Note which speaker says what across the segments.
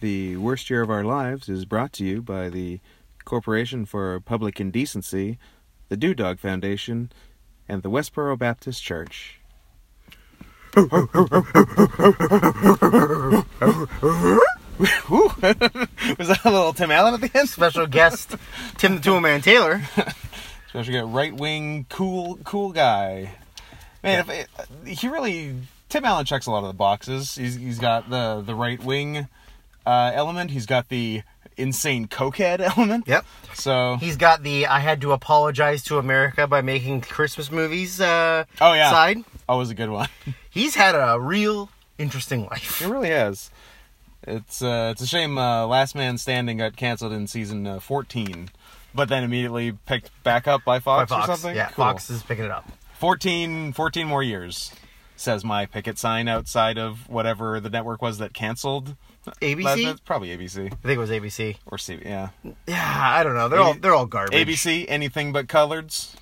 Speaker 1: The Worst Year of Our Lives is brought to you by the Corporation for Public Indecency, the Dew Dog Foundation, and the Westboro Baptist Church. Woo. Was that a little Tim Allen at the end?
Speaker 2: Special guest Tim the Toolman Taylor.
Speaker 1: Especially got right wing cool cool guy. Man, if it, he really Tim Allen checks a lot of the boxes. He's he's got the the right wing uh, element. He's got the insane cokehead element.
Speaker 2: Yep.
Speaker 1: So
Speaker 2: He's got the I had to apologize to America by making Christmas movies uh,
Speaker 1: oh yeah,
Speaker 2: side.
Speaker 1: always a good one.
Speaker 2: He's had a real interesting life.
Speaker 1: It really has. It's uh, it's a shame uh, Last Man Standing got canceled in season uh, 14, but then immediately picked back up by
Speaker 2: By
Speaker 1: Fox,
Speaker 2: Fox.
Speaker 1: or something.
Speaker 2: Yeah,
Speaker 1: Cool.
Speaker 2: Fox is picking it up.
Speaker 1: 14, 14 more years, says my picket sign outside of whatever the network was that canceled.
Speaker 2: ABC?
Speaker 1: night. Probably ABC
Speaker 2: I think it was ABC.
Speaker 1: or CB. Yeah,
Speaker 2: Yeah, I don't know. They're all they're all garbage.
Speaker 1: ABC. Anything but coloreds.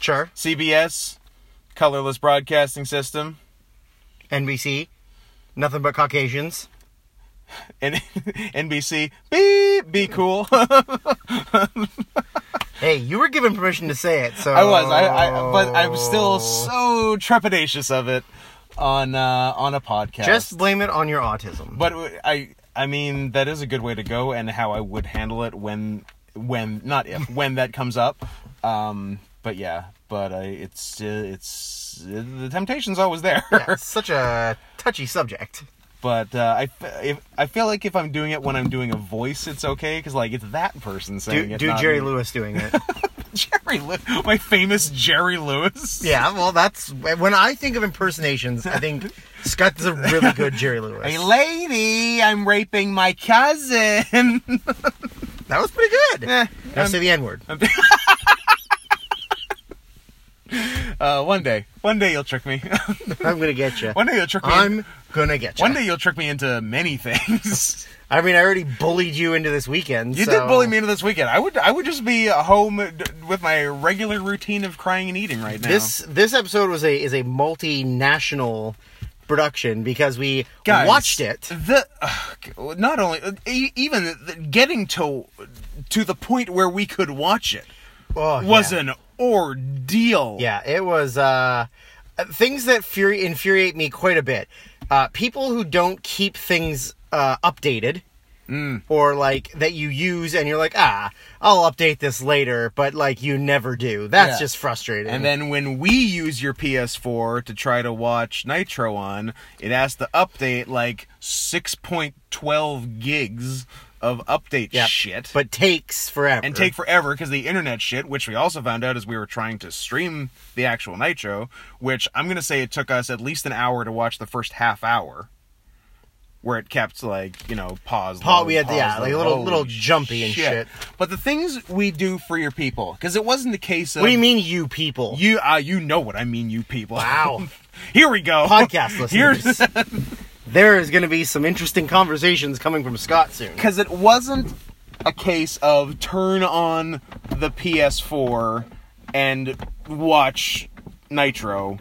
Speaker 2: Sure.
Speaker 1: CBS, colorless broadcasting system.
Speaker 2: NBC. Nothing but Caucasians.
Speaker 1: And NBC, be be cool.
Speaker 2: Hey, you were given permission to say it, so
Speaker 1: I was, I, I, but I'm
Speaker 2: Oh.
Speaker 1: still so trepidatious of it on uh, on a podcast.
Speaker 2: just blame it on your autism.
Speaker 1: but I I mean that is a good way to go, and how I would handle it when when not if when that comes up. Um, but yeah, but I, it's uh, it's uh, the temptation's always there.
Speaker 2: Yeah, it's such a touchy subject.
Speaker 1: But uh, I f- if, I feel like if I'm doing it when I'm doing a voice, it's okay because like it's that person saying
Speaker 2: Do,
Speaker 1: it.
Speaker 2: do
Speaker 1: not
Speaker 2: Jerry
Speaker 1: me.
Speaker 2: Lewis doing it?
Speaker 1: Jerry Lew- my famous Jerry Lewis.
Speaker 2: yeah, well, that's when I think of impersonations. I think Scott's a really good Jerry Lewis.
Speaker 1: Hey, lady, I'm raping my cousin.
Speaker 2: that was pretty good.
Speaker 1: Eh,
Speaker 2: now
Speaker 1: I'm-
Speaker 2: say the N word.
Speaker 1: uh, one day, one day you'll trick me.
Speaker 2: I'm gonna get you.
Speaker 1: one day you'll trick me.
Speaker 2: I'm gonna get you.
Speaker 1: one day you'll trick me into many things.
Speaker 2: I mean, I already bullied you into this weekend.
Speaker 1: you
Speaker 2: so-
Speaker 1: did bully me into this weekend. I would, I would just be home d- with my regular routine of crying and eating right now.
Speaker 2: This this episode was a is a multinational production because we
Speaker 1: Guys,
Speaker 2: watched it.
Speaker 1: The ugh, not only e- even the, getting to to the point where we could watch it
Speaker 2: Oh,
Speaker 1: was
Speaker 2: yeah.
Speaker 1: an ordeal.
Speaker 2: Yeah, it was uh, things that fury infuriate me quite a bit. Uh, people who don't keep things uh, updated,
Speaker 1: Mm.
Speaker 2: or like that you use and you're like, ah, I'll update this later, but like you never do. That's
Speaker 1: Yeah.
Speaker 2: just frustrating.
Speaker 1: And then when we use your PS4 to try to watch Nitro on, it has to update like 6.12 gigs of update
Speaker 2: Yep.
Speaker 1: shit.
Speaker 2: but takes forever.
Speaker 1: and take forever because the internet shit, which we also found out as we were trying to stream the actual Nitro, which I'm going to say it took us at least an hour to watch the first half hour. Where it kept like you know pause.
Speaker 2: Pa-
Speaker 1: low,
Speaker 2: we had-
Speaker 1: pause
Speaker 2: yeah,
Speaker 1: low.
Speaker 2: like, a little-
Speaker 1: Holy
Speaker 2: little jumpy and shit.
Speaker 1: But the things we do for your people, because it wasn't a case of
Speaker 2: What do you mean, you people?
Speaker 1: you uh, you know what I mean, you people.
Speaker 2: Wow.
Speaker 1: Here we go.
Speaker 2: podcast
Speaker 1: Here's
Speaker 2: listeners. there is going to be some interesting conversations coming from Scott soon.
Speaker 1: because it wasn't a case of turn on the PS4 and watch Nitro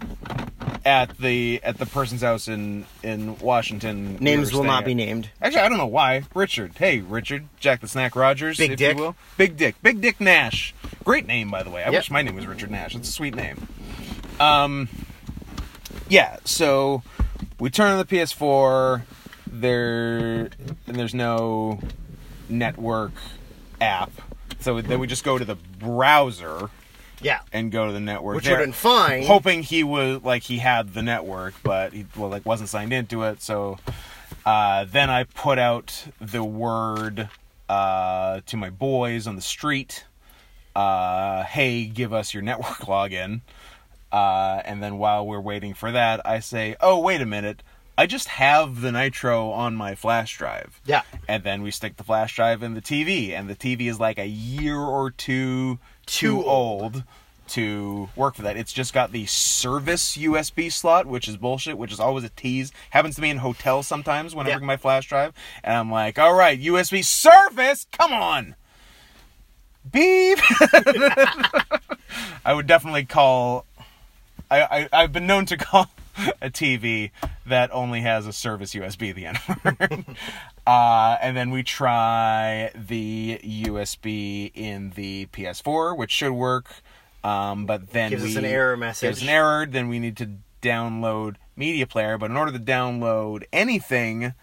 Speaker 1: at the at the person's house in in Washington. we
Speaker 2: Names
Speaker 1: were
Speaker 2: will not
Speaker 1: staying
Speaker 2: be
Speaker 1: at.
Speaker 2: named.
Speaker 1: Actually, I don't know why. Richard. Hey, Richard. Jack the Snack Rogers.
Speaker 2: Big
Speaker 1: if
Speaker 2: Dick.
Speaker 1: You will. Big Dick. Big Dick Nash. Great name, by the way. I
Speaker 2: Yep.
Speaker 1: wish my name was Richard Nash. It's a sweet name. Um, yeah. So we turn on the PS4. There and there's no network app. So then we just go to the browser
Speaker 2: Yeah.
Speaker 1: and go to the network.
Speaker 2: Which
Speaker 1: there
Speaker 2: would have been fine.
Speaker 1: hoping he was like he had the network, but he well like wasn't signed into it. So uh, then I put out the word uh, to my boys on the street, uh, "Hey, give us your network login." Uh, and then while we're waiting for that, I say, "Oh, wait a minute." I just have the nitro on my flash drive.
Speaker 2: Yeah.
Speaker 1: And then we stick the flash drive in the TV, and the TV is like a year or two
Speaker 2: Too
Speaker 1: too old to work for that. It's just got the service USB slot, which is bullshit, which is always a tease. Happens to me in hotels sometimes when I
Speaker 2: Yeah.
Speaker 1: bring my flash drive, and I'm like, all right, USB service, come on. Beep. I would definitely call. I, I I've been known to call a TV that only has a service USB, the N word. uh, and then we try the USB in the PS4, which should work. Um, but then
Speaker 2: Gives us
Speaker 1: we,
Speaker 2: an error
Speaker 1: Gives
Speaker 2: message.
Speaker 1: an error. Then we need to download Media Player. But in order to download anything,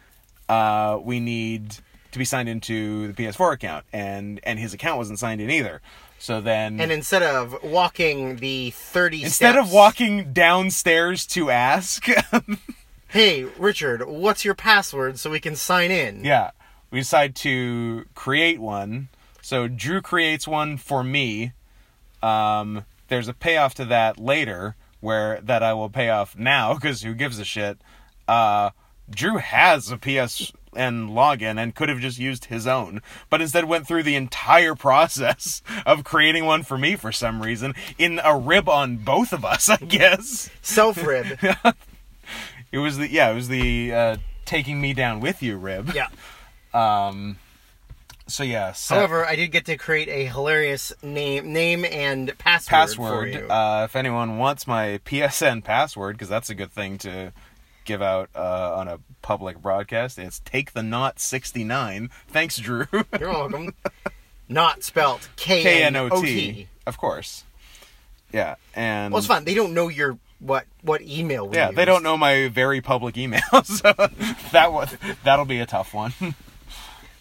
Speaker 1: uh, we need to be signed into the PS4 account, and and his account wasn't signed in either. So then,
Speaker 2: And instead of walking the 30
Speaker 1: instead of
Speaker 2: steps-
Speaker 1: walking downstairs to ask,
Speaker 2: hey, Richard, what's your password so we can sign in?
Speaker 1: yeah, we decide to create one. So Drew creates one for me. Um, there's a payoff to that later, where that I will pay off now because who gives a shit? Uh, Drew has a PSN login and could have just used his own, but instead went through the entire process of creating one for me for some reason in a rib on both of us, I guess.
Speaker 2: Self rib.
Speaker 1: It was the yeah, it was the uh, taking me down with you rib.
Speaker 2: yeah.
Speaker 1: So yeah, so
Speaker 2: However, I did get to create a hilarious name, name and password, for
Speaker 1: password.
Speaker 2: you.
Speaker 1: Uh, if anyone wants my PSN password, because that's a good thing to give out uh, on a public broadcast, it's take the knot sixty nine. Thanks, Drew.
Speaker 2: You're welcome. Not spelt
Speaker 1: K
Speaker 2: K
Speaker 1: N O T, of course. Yeah, and
Speaker 2: Well, it's fun. They don't know your what what email. We
Speaker 1: yeah, they
Speaker 2: used.
Speaker 1: don't know my very public email, so that one that'll be a tough one.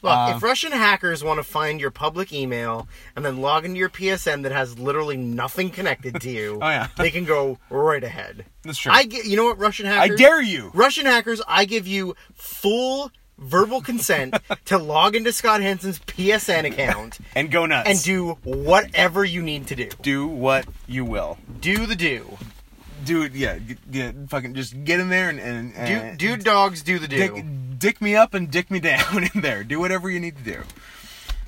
Speaker 2: Look,
Speaker 1: Uh,
Speaker 2: if Russian hackers want to find your public email and then log into your PSN that has literally nothing connected to you,
Speaker 1: Oh, yeah.
Speaker 2: they can go right ahead.
Speaker 1: That's true.
Speaker 2: I get, you know what, Russian
Speaker 1: I
Speaker 2: hackers.
Speaker 1: dare you.
Speaker 2: Russian hackers, I give you full verbal consent to log into Scott Hansen's PSN account
Speaker 1: And go nuts.
Speaker 2: and do whatever you need to do.
Speaker 1: do what you will.
Speaker 2: Do the do.
Speaker 1: Dude, yeah, g- yeah, fucking just get in there and and,
Speaker 2: Do
Speaker 1: and
Speaker 2: do dogs do the do.
Speaker 1: dick, dick me up and dick me down in there. Do whatever you need to do.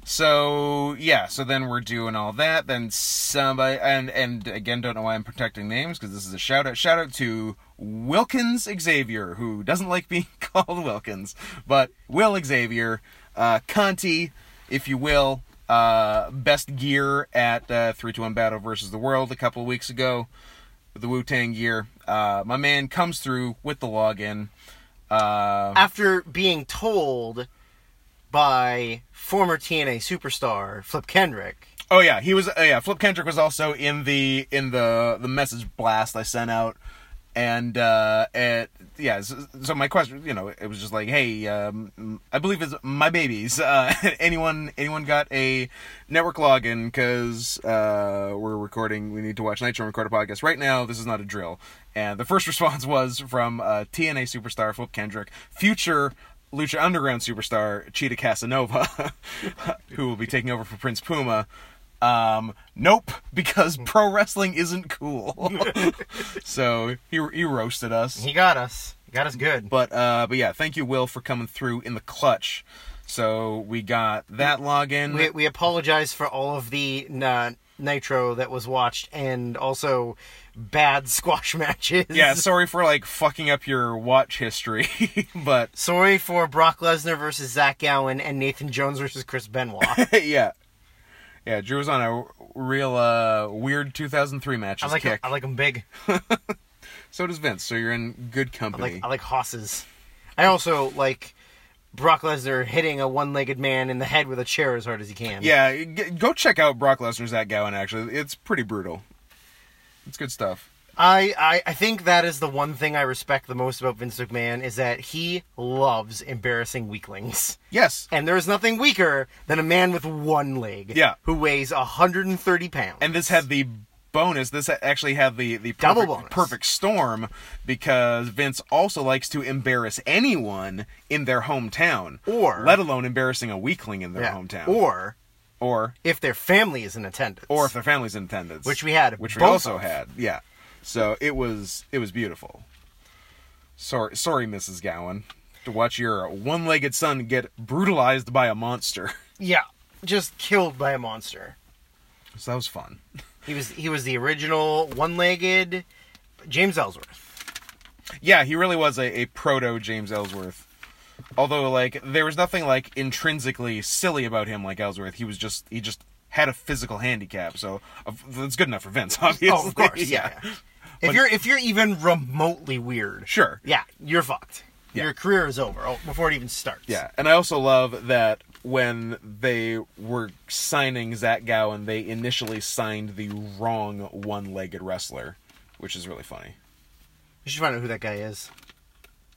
Speaker 1: So yeah, so then we're doing all that. Then somebody and and again, don't know why I'm protecting names because this is a shout out. Shout out to Wilkins Xavier, who doesn't like being called Wilkins, but Will Xavier, uh, Conti, if you will, uh, best gear at uh, three to one battle versus the world a couple of weeks ago with the Wu Tang gear. Uh, my man comes through with the login. Uh,
Speaker 2: after being told by former TNA superstar Flip Kendrick,
Speaker 1: Oh yeah, he was. Uh, yeah, Flip Kendrick was also in the in the the message blast I sent out, and uh, it, yeah. So, so my question, you know, it was just like, hey, um, I believe it's my babies. Uh, anyone anyone got a network login? Because uh, we're recording. We need to watch Nitro and record a podcast right now. This is not a drill. And the first response was from uh, TNA superstar Flip Kendrick, future Lucha Underground superstar Cheetah Casanova, who will be taking over for Prince Puma. Um, nope, because pro wrestling isn't cool. so he he roasted us,
Speaker 2: he got us. He got us good.
Speaker 1: but uh, but yeah, thank you Will for coming through in the clutch. So we got that login.
Speaker 2: We, we apologize for all of the uh, Nitro that was watched and also bad squash matches.
Speaker 1: yeah, sorry for like fucking up your watch history, but
Speaker 2: Sorry for Brock Lesnar versus Zach Gowen and Nathan Jones versus Chris Benoit. I
Speaker 1: yeah, yeah, Drew was on a real uh, weird 2003 match.
Speaker 2: like
Speaker 1: kick.
Speaker 2: I like them big.
Speaker 1: So does Vince. So you're in good
Speaker 2: I
Speaker 1: company.
Speaker 2: like I like hosses. I also like Brock Lesnar hitting a one-legged man in the head with a chair as hard as he can.
Speaker 1: Yeah, g- go check out Brock Lesnar's That Gowan, actually. It's pretty brutal. It's good stuff.
Speaker 2: I, I I think that is the one thing I respect the most about Vince McMahon is that he loves embarrassing weaklings.
Speaker 1: Yes.
Speaker 2: And there is nothing weaker than a man with one leg.
Speaker 1: Yeah.
Speaker 2: Who weighs 130 pounds.
Speaker 1: And this had the bonus. This actually had the, the perfect,
Speaker 2: Double bonus.
Speaker 1: perfect storm because Vince also likes to embarrass anyone in their hometown.
Speaker 2: Or-
Speaker 1: Let alone embarrassing a weakling in their
Speaker 2: Yeah.
Speaker 1: hometown.
Speaker 2: Or
Speaker 1: Or
Speaker 2: if their family is in attendance.
Speaker 1: or if their family's in attendance.
Speaker 2: Which we had
Speaker 1: Which we
Speaker 2: both
Speaker 1: also
Speaker 2: of.
Speaker 1: had. Yeah. So it was it was beautiful. Sorry sorry, Mrs. Gowan. To watch your one legged son get brutalized by a monster.
Speaker 2: Yeah. Just killed by a monster.
Speaker 1: So that was fun.
Speaker 2: He was he was the original one-legged James Ellsworth.
Speaker 1: Yeah, he really was a, a proto James Ellsworth. Although like there was nothing like intrinsically silly about him like Ellsworth. He was just he just had a physical handicap, so of- that's good enough for Vince, obviously.
Speaker 2: Oh, of course. Oh, Yeah. yeah. If you're if you're even remotely weird,
Speaker 1: Sure.
Speaker 2: yeah, you're fucked.
Speaker 1: Yeah.
Speaker 2: Your career is over oh, before it even starts.
Speaker 1: Yeah, and I also love that when they were signing Zach Gowen, they initially signed the wrong one-legged wrestler, which is really funny.
Speaker 2: you should find out who that guy is.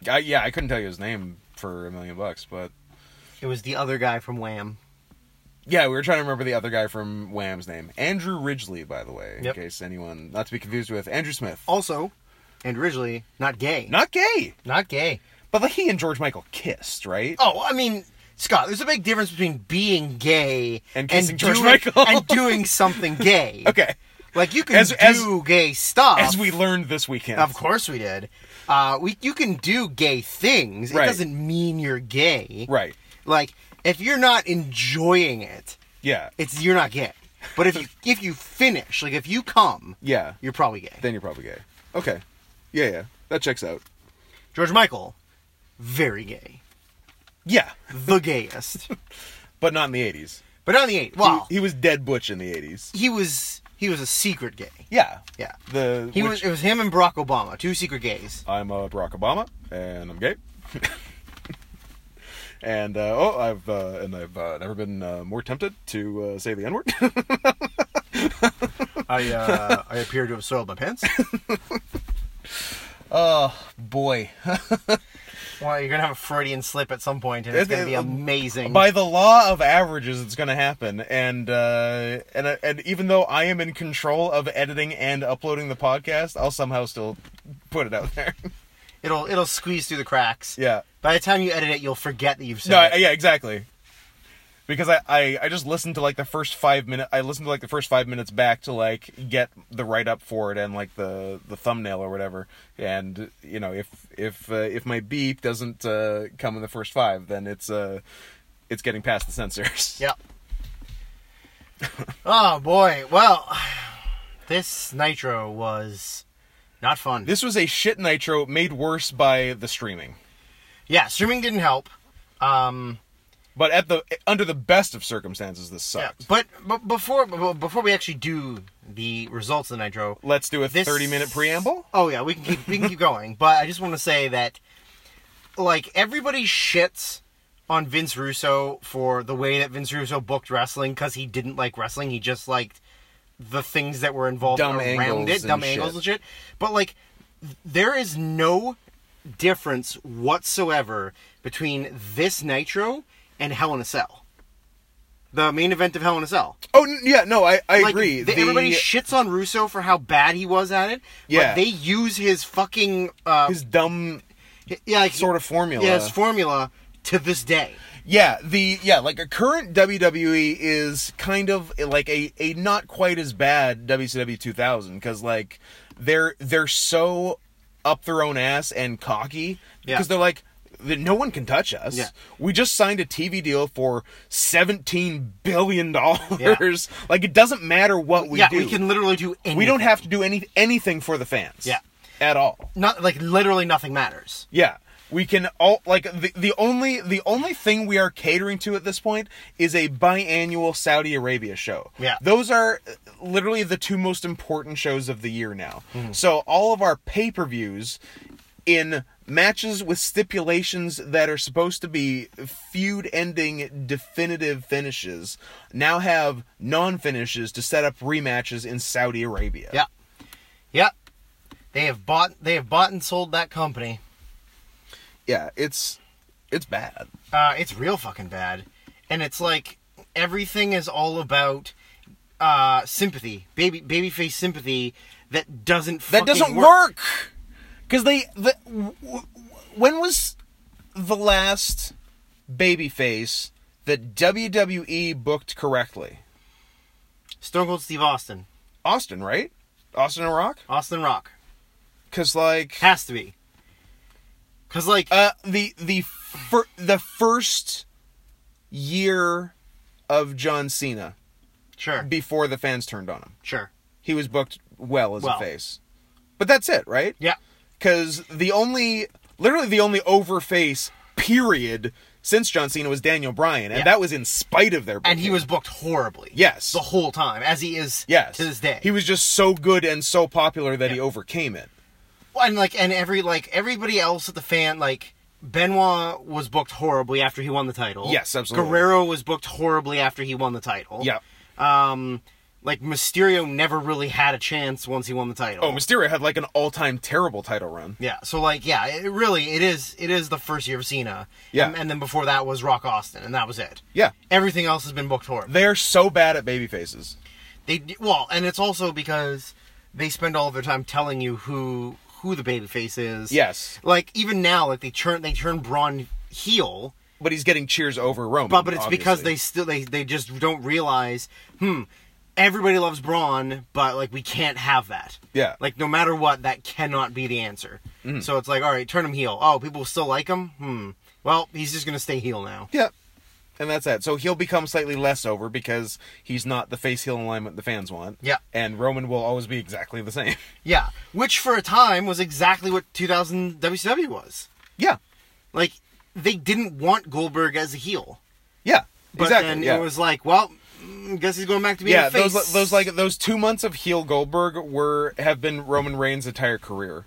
Speaker 1: I, yeah, I couldn't tell you his name for a million bucks, but
Speaker 2: It was the other guy from Wham.
Speaker 1: yeah, we were trying to remember the other guy from Wham's name, Andrew Ridgely, by the way,
Speaker 2: Yep. Oh.
Speaker 1: in case anyone not to be confused with Andrew Smith.
Speaker 2: Also, and originally not gay.
Speaker 1: Not gay,
Speaker 2: Not gay.
Speaker 1: but like he and George Michael kissed, right?
Speaker 2: Oh, I mean, Scott, there's a big difference between being gay
Speaker 1: And kissing George
Speaker 2: doing,
Speaker 1: Michael.
Speaker 2: and doing something gay.
Speaker 1: Okay,
Speaker 2: Like you can
Speaker 1: As-
Speaker 2: do
Speaker 1: as-
Speaker 2: gay stuff.
Speaker 1: as we learned this weekend,
Speaker 2: Uh, Of course we did. Uh, we you can do gay things.
Speaker 1: Right.
Speaker 2: It doesn't mean you're gay.
Speaker 1: right?
Speaker 2: Like if you're not enjoying it,
Speaker 1: Yeah,
Speaker 2: it's you're not gay. But if you if you finish, like if you come,
Speaker 1: yeah.
Speaker 2: you're probably gay.
Speaker 1: Then you're probably gay. Okay, yeah, yeah, that checks out.
Speaker 2: George Michael, very gay,
Speaker 1: Yeah,
Speaker 2: the gayest.
Speaker 1: but not in the '80s.
Speaker 2: but on the eight, well,
Speaker 1: He was dead butch in the 80s.
Speaker 2: he was he was a secret gay.
Speaker 1: Yeah.
Speaker 2: Yeah.
Speaker 1: The
Speaker 2: He
Speaker 1: which-
Speaker 2: was. It was him and Barack Obama, two secret gays.
Speaker 1: I'm uh, Barack Obama and I'm gay. and uh, oh, I've uh, and I've uh, never been uh, more tempted to uh, say the n-word.
Speaker 2: I uh, I appear to have soiled my pants.
Speaker 1: oh boy.
Speaker 2: well, you're gonna have a Freudian slip at some point, and it's gonna be amazing.
Speaker 1: By the law of averages, it's going to happen. And uh, and uh, and even though I am in control of editing and uploading the podcast, I'll somehow still put it out there.
Speaker 2: It'll it'll squeeze through the cracks.
Speaker 1: yeah.
Speaker 2: By the time you edit it, you'll forget that you've said
Speaker 1: No,
Speaker 2: it.
Speaker 1: I, yeah, exactly. Because I, I, I just listened to like the first five minute. I listened to like the first five minutes back to like get the write up for it and like the the thumbnail or whatever. And you know if if uh, if my beep doesn't uh, come in the first five, then it's uh it's getting past the censors.
Speaker 2: Yep. oh boy. Well, this Nitro was not fun.
Speaker 1: This was a shit nitro made worse by the streaming.
Speaker 2: yeah, streaming didn't help. Um,
Speaker 1: But at the under the best of circumstances, this
Speaker 2: yeah,
Speaker 1: sucked.
Speaker 2: but, but before b- before we actually do the results of the Nitro,
Speaker 1: Let's do a
Speaker 2: This-
Speaker 1: thirty minute preamble.
Speaker 2: oh yeah, we can keep we can keep going. But I just want to say that, like everybody shits on Vince Russo for the way that Vince Russo booked wrestling because he didn't like wrestling. He just liked the things that were involved
Speaker 1: Dumb
Speaker 2: around
Speaker 1: angles
Speaker 2: it,
Speaker 1: and
Speaker 2: dumb
Speaker 1: shit.
Speaker 2: angles and shit. But like, th- there is no difference whatsoever between this Nitro and Hell in a Cell. The main event of Hell in a Cell.
Speaker 1: Oh n- yeah, no, I I
Speaker 2: Like,
Speaker 1: agree.
Speaker 2: th-
Speaker 1: The-
Speaker 2: everybody shits on Russo for how bad he was at it.
Speaker 1: Yeah.
Speaker 2: But they use his fucking uh,
Speaker 1: his dumb
Speaker 2: yeah, like,
Speaker 1: sort of formula.
Speaker 2: yeah, his formula to this day.
Speaker 1: Yeah, the yeah, like a current WWE is kind of like a a not quite as bad WCW 2000 cuz like they're they're so up their own ass and cocky
Speaker 2: Yeah.
Speaker 1: because they're like that no one can touch us.
Speaker 2: Yeah.
Speaker 1: We just signed a TV deal for 17 billion dollars. Like it doesn't matter what we
Speaker 2: yeah,
Speaker 1: do.
Speaker 2: we can literally do anything.
Speaker 1: we don't have to do any anything for the fans.
Speaker 2: Yeah.
Speaker 1: At all.
Speaker 2: not like literally nothing matters.
Speaker 1: Yeah. We can all like the, the only the only thing we are catering to at this point is a biannual Saudi Arabia show.
Speaker 2: Yeah.
Speaker 1: Those are uh, literally the two most important shows of the year now.
Speaker 2: Mm-hmm.
Speaker 1: So all of our pay-per-views in matches with stipulations that are supposed to be feud ending definitive finishes now have non-finishes to set up rematches in Saudi Arabia.
Speaker 2: Yeah. Yep. They have bought they have bought and sold that company.
Speaker 1: Yeah, it's it's bad.
Speaker 2: Uh, it's real fucking bad. And it's like everything is all about uh, sympathy. Baby babyface sympathy that doesn't
Speaker 1: That
Speaker 2: fucking
Speaker 1: doesn't work. Cuz they the, w- w- when was the last babyface that WWE booked correctly?
Speaker 2: Stone Cold Steve Austin.
Speaker 1: Austin, right? Austin and Rock?
Speaker 2: Austin Rock.
Speaker 1: Cuz like
Speaker 2: Has to be. Cause like
Speaker 1: uh the the fir- the first year of John Cena
Speaker 2: sure.
Speaker 1: before the fans turned on him.
Speaker 2: sure.
Speaker 1: He was booked well as
Speaker 2: Well.
Speaker 1: a face. But that's it, right?
Speaker 2: Yeah.
Speaker 1: because the only literally the only overface period since John Cena was Daniel Bryan, and
Speaker 2: Yeah.
Speaker 1: that was in spite of their.
Speaker 2: and he
Speaker 1: booking.
Speaker 2: was booked horribly.
Speaker 1: Yes.
Speaker 2: the whole time, as he is
Speaker 1: yes
Speaker 2: to this day.
Speaker 1: He was just so good and so popular that he overcame it.
Speaker 2: and like and every like everybody else at the fan like Benoit was booked horribly after he won the title.
Speaker 1: Yes, absolutely.
Speaker 2: Guerrero was booked horribly after he won the title.
Speaker 1: Yeah.
Speaker 2: Um, like Mysterio never really had a chance once he won the title.
Speaker 1: Oh, Mysterio had like an all-time terrible title run.
Speaker 2: yeah. So like yeah, it really it is it is the first year of Cena.
Speaker 1: Yeah.
Speaker 2: And, and then before that was Rock Austin, and that was it.
Speaker 1: Yeah,
Speaker 2: Everything else has been booked horribly.
Speaker 1: they're so bad at baby faces.
Speaker 2: They well, and it's also because they spend all of their time telling you who who the babyface is.
Speaker 1: Yes,
Speaker 2: Like even now, like they turn they turn Braun heel,
Speaker 1: but he's getting cheers over Roman.
Speaker 2: but but it's because
Speaker 1: obviously.
Speaker 2: they still they they just don't realize. Hmm. Everybody loves Braun, but like we can't have that.
Speaker 1: Yeah. Mm.
Speaker 2: Like no matter what, that cannot be the answer. So it's like, all right, turn him heel. Oh, people still like him. Hmm. Well, he's just gonna stay heel now.
Speaker 1: Yeah. And that's that. So he'll become slightly less over because he's not the face heel alignment the fans want.
Speaker 2: Yeah.
Speaker 1: And Roman will always be exactly the same.
Speaker 2: Yeah. Which for a time was exactly what 2000 WCW was.
Speaker 1: Yeah.
Speaker 2: Like they didn't want Goldberg as a heel,
Speaker 1: Yeah.
Speaker 2: but
Speaker 1: exactly.
Speaker 2: then
Speaker 1: yeah.
Speaker 2: it was like, well, mm, guess he's going back to being
Speaker 1: yeah,
Speaker 2: a face.
Speaker 1: those li- those like those two months of heel Goldberg were have been Roman Reigns' entire career,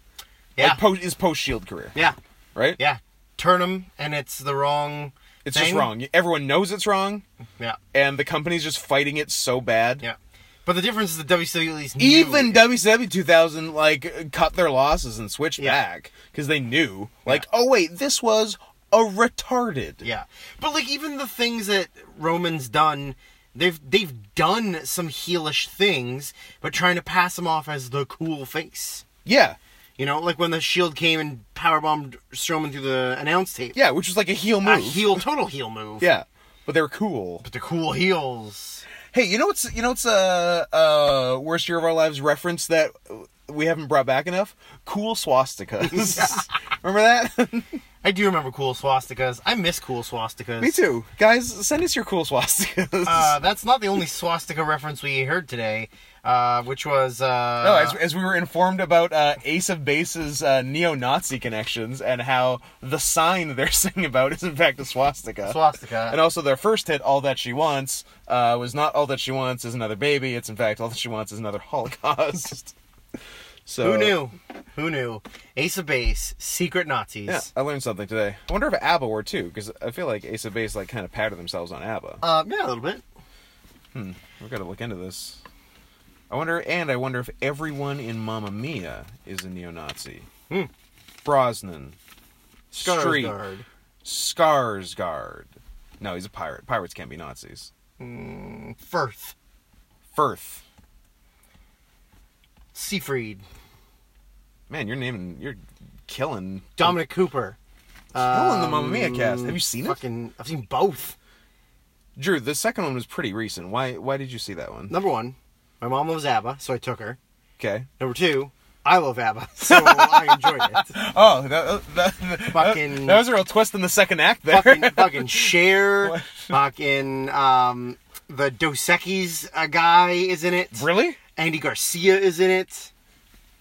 Speaker 2: yeah,
Speaker 1: like po- his post Shield career,
Speaker 2: yeah,
Speaker 1: right?
Speaker 2: yeah. Turn him, and it's the wrong.
Speaker 1: it's
Speaker 2: thing.
Speaker 1: just wrong. Everyone knows it's wrong,
Speaker 2: Yeah,
Speaker 1: and the company's just fighting it so bad.
Speaker 2: yeah. But the difference is the WWE at least knew-
Speaker 1: Even WCW 2000 like cut their losses and switched
Speaker 2: Yeah.
Speaker 1: back because they knew, like, oh wait, this was a retarded.
Speaker 2: Yeah, but like even the things that Roman's done, they've they've done some heelish things, but trying to pass him off as the cool face.
Speaker 1: Yeah.
Speaker 2: You know, like when the Shield came and powerbombed Strowman through the announce tape.
Speaker 1: Yeah, which was like a heel
Speaker 2: A
Speaker 1: move.
Speaker 2: heel, total heel move.
Speaker 1: yeah. But they were cool.
Speaker 2: But the cool heels.
Speaker 1: Hey, you know what's you know what's a uh, uh, worst year of our lives reference that we haven't brought back enough? Cool swastikas. Remember that?
Speaker 2: I do remember cool swastikas. I miss cool swastikas.
Speaker 1: Me too. Guys, send us your cool swastikas.
Speaker 2: Uh, that's not the only swastika reference we heard today, uh, which was. Uh,
Speaker 1: no, as, as we were informed about uh, Ace of Base's uh, neo-Nazi connections and how the sign they're singing about is in fact a swastika.
Speaker 2: swastika.
Speaker 1: And also their first hit, "All That She Wants," uh, was not "All That She Wants is Another Baby." It's in fact "All That She Wants is Another Holocaust." so
Speaker 2: Who knew? Who knew? Ace of Base, secret Nazis.
Speaker 1: Yeah, I learned something today. I wonder if ABBA were too, because I feel like Ace of Base like kind of patted themselves on ABBA.
Speaker 2: Uh, yeah, a little bit.
Speaker 1: We're gonna look into this. I wonder, and I wonder if everyone in Mamma Mia is a neo-Nazi.
Speaker 2: Hmm.
Speaker 1: Brosnan, Street,
Speaker 2: Skarsgård.
Speaker 1: Skarsgård. No, he's a pirate. Pirates can't be Nazis.
Speaker 2: Firth.
Speaker 1: Firth.
Speaker 2: Seafried.
Speaker 1: Man, you're naming, you're killing,
Speaker 2: Dominic Cooper. Um,
Speaker 1: killing the Mamma Mia cast. Have you seen it?
Speaker 2: Fucking, I've seen both.
Speaker 1: Drew, the second one was pretty recent. Why? Why did you see that one?
Speaker 2: Number one, my mom loves ABBA, so I took her.
Speaker 1: Okay.
Speaker 2: Number two, I love ABBA, so I enjoyed it.
Speaker 1: Oh, that, that,
Speaker 2: Fucking-
Speaker 1: That was a real twist in the second act there.
Speaker 2: Fucking, fucking Cher, fucking um, the Dos Equis uh, guy is in it.
Speaker 1: Really?
Speaker 2: Andy Garcia is in it.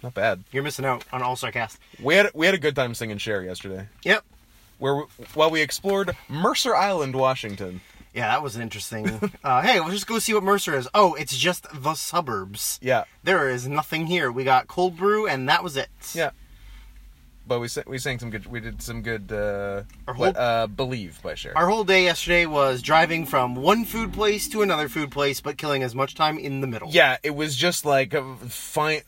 Speaker 1: Not bad.
Speaker 2: You're missing out on All Star Cast.
Speaker 1: We had we had a good time singing Cher yesterday.
Speaker 2: Yep.
Speaker 1: Where we, while we explored Mercer Island, Washington.
Speaker 2: Yeah, that was an interesting. uh, hey, let's just go see what Mercer is. Oh, it's just the suburbs.
Speaker 1: Yeah,
Speaker 2: There is nothing here. We got cold brew, and that was it.
Speaker 1: yeah. But we sa- we sang some good. We did some good. Uh,
Speaker 2: Our
Speaker 1: what,
Speaker 2: whole-
Speaker 1: uh, Believe by Cher.
Speaker 2: Our whole day yesterday was driving from one food place to another food place, but killing as much time in the middle.
Speaker 1: yeah, it was just like uh, fi-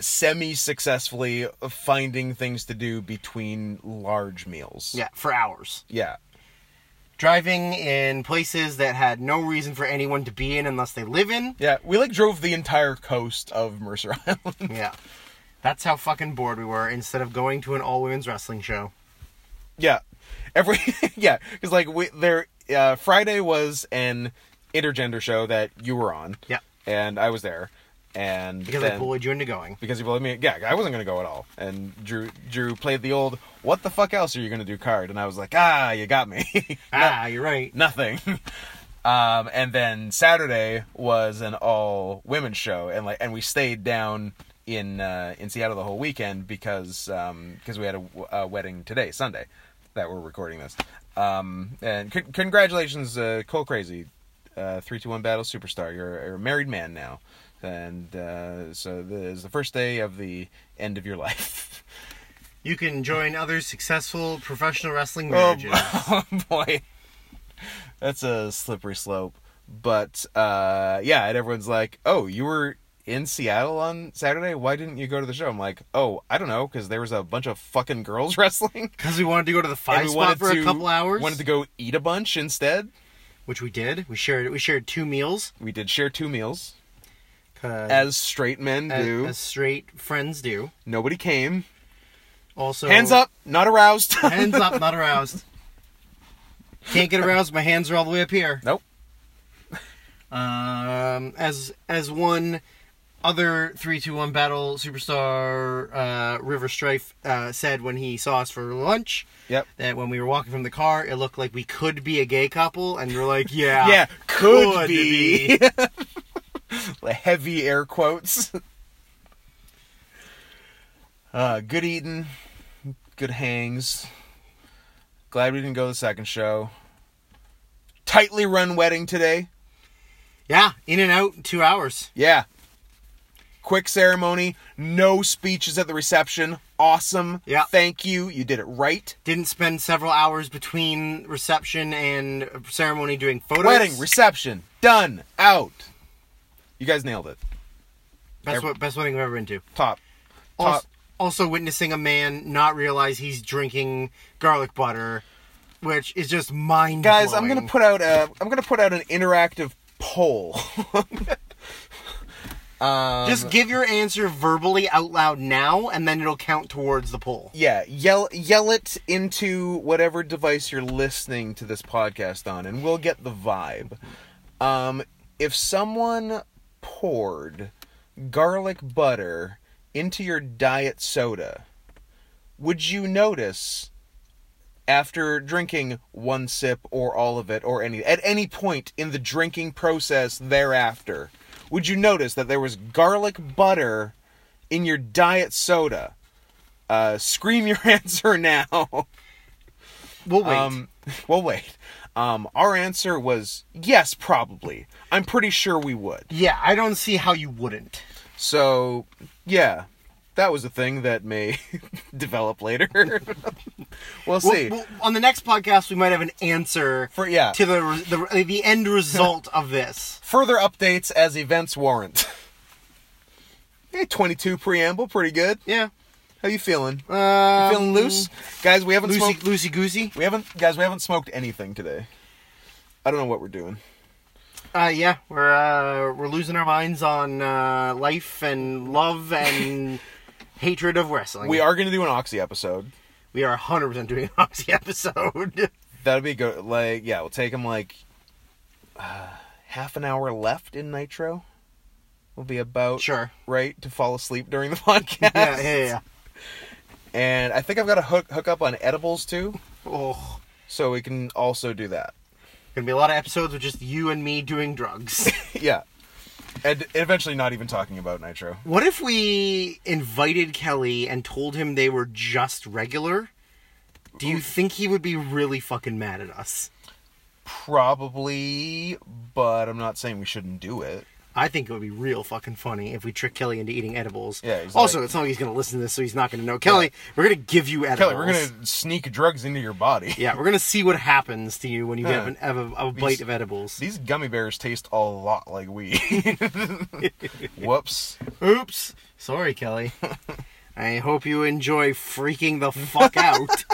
Speaker 1: semi successfully finding things to do between large meals.
Speaker 2: Yeah, for hours.
Speaker 1: Yeah.
Speaker 2: Driving in places that had no reason for anyone to be in unless they live in.
Speaker 1: Yeah, we like drove the entire coast of Mercer Island.
Speaker 2: Yeah. That's how fucking bored we were instead of going to an all women's wrestling show.
Speaker 1: yeah, every yeah, because like we there uh, Friday was an intergender show that you were on.
Speaker 2: Yeah.
Speaker 1: and I was there, and
Speaker 2: Because
Speaker 1: then,
Speaker 2: I bullied you into going.
Speaker 1: because you bullied me. Yeah, I wasn't gonna go at all. And Drew Drew played the old "What the fuck else are you gonna do?" card, and I was like, "Ah, you got me."
Speaker 2: Ah, you're right.
Speaker 1: nothing. Um, and then Saturday was an all women show, and like, and we stayed down in uh, in Seattle the whole um, weekend because because we had a, w- a wedding today, Sunday, that we're recording this. Um, and c- congratulations, uh, Cole Crazy, uh, three two one battle superstar. You're, you're a married man now, and uh, so this is the first day of the end of your life.
Speaker 2: You can join other successful professional wrestling
Speaker 1: Oh,
Speaker 2: marriages.
Speaker 1: boy, that's a slippery slope. But uh, yeah, and everyone's like, "Oh, you were in Seattle on Saturday. Why didn't you go to the show?" I'm like, "Oh, I don't know, because there was a bunch of fucking girls wrestling."
Speaker 2: Because we wanted to go to the
Speaker 1: and
Speaker 2: five spot for a couple hours,
Speaker 1: Wanted to go eat a bunch instead.
Speaker 2: which we did. We shared we shared two meals.
Speaker 1: We did share two meals,
Speaker 2: 'cause-
Speaker 1: as straight men
Speaker 2: as,
Speaker 1: do.
Speaker 2: as straight friends do.
Speaker 1: Nobody came.
Speaker 2: Also,
Speaker 1: Hands up, not aroused.
Speaker 2: hands up, not aroused. Can't get aroused. My hands are all the way up here.
Speaker 1: nope.
Speaker 2: Um, as as one other three two one battle superstar uh, River Strife uh, said when he saw us for lunch
Speaker 1: Yep.
Speaker 2: that when we were walking from the car, it looked like we could be a gay couple, and we're like, yeah,
Speaker 1: Yeah, could be. Heavy air quotes. uh, good eating, good hangs. Glad we didn't go to the second show. Tightly run wedding today.
Speaker 2: yeah, in and out in two hours.
Speaker 1: Yeah. Quick ceremony, no speeches at the reception. Awesome.
Speaker 2: Yeah.
Speaker 1: Thank you. You did it right.
Speaker 2: Didn't spend several hours between reception and ceremony doing photos.
Speaker 1: Wedding, reception, done, out. You guys nailed it.
Speaker 2: best,
Speaker 1: er-
Speaker 2: we- best wedding I've ever been to.
Speaker 1: Top.
Speaker 2: Also,
Speaker 1: Top.
Speaker 2: also witnessing a man not realize he's drinking garlic butter, which is just mind.
Speaker 1: guys i'm gonna put out a i'm gonna put out an interactive poll um,
Speaker 2: just give your answer verbally out loud now, and then it'll count towards the poll.
Speaker 1: yeah yell yell it into whatever device you're listening to this podcast on and we'll get the vibe um if someone poured garlic butter into your diet soda would you notice after drinking one sip or all of it or any at any point in the drinking process thereafter would you notice that there was garlic butter in your diet soda uh, scream your answer now
Speaker 2: We'll wait.
Speaker 1: um well wait um our answer was yes probably i'm pretty sure we would
Speaker 2: yeah, I don't see how you wouldn't.
Speaker 1: so, yeah, that was a thing that may develop later. we'll
Speaker 2: We'll-
Speaker 1: see.
Speaker 2: we'll- on the next podcast, we might have an answer
Speaker 1: For- yeah.
Speaker 2: to the, re- the re- the end result of this.
Speaker 1: Further updates as events warrant. hey, 22 preamble, pretty good.
Speaker 2: Yeah,
Speaker 1: How you feeling?
Speaker 2: uh,
Speaker 1: feeling loose, guys. We haven't
Speaker 2: loosey
Speaker 1: smoked.
Speaker 2: loosey goosey.
Speaker 1: We haven't, guys. We haven't smoked anything today. I don't know what we're doing.
Speaker 2: Uh, yeah, we're uh, we're losing our minds on uh, life and love and hatred of wrestling.
Speaker 1: We are gonna do an oxy episode.
Speaker 2: we are 100% doing an Oxy episode.
Speaker 1: That'll be good. Like, yeah, we'll take him like uh, half an hour left in Nitro. We'll be about
Speaker 2: sure.
Speaker 1: right to fall asleep during the podcast.
Speaker 2: Yeah, yeah, yeah.
Speaker 1: And I think I've got to hook hook up on edibles too,
Speaker 2: Oh,
Speaker 1: so we can also do that.
Speaker 2: gonna be a lot of episodes with just you and me doing drugs.
Speaker 1: yeah, and eventually not even talking about Nitro.
Speaker 2: what if we invited Kelly and told him they were just regular? Do you think he would be really fucking mad at us?
Speaker 1: Probably, but I'm not saying we shouldn't do it.
Speaker 2: I think it would be real fucking funny if we trick Kelly into eating edibles.
Speaker 1: Yeah, he's
Speaker 2: also,
Speaker 1: like-
Speaker 2: it's not like he's gonna listen to this, so he's not gonna know. Kelly, we're gonna give you edibles.
Speaker 1: Kelly, we're gonna sneak drugs into your body.
Speaker 2: Yeah, we're gonna see what happens to you when you
Speaker 1: Yeah.
Speaker 2: have, an, have a, a bite of edibles.
Speaker 1: These gummy bears taste a lot like weed. Whoops.
Speaker 2: Oops. Sorry, Kelly. I hope you enjoy freaking the fuck out.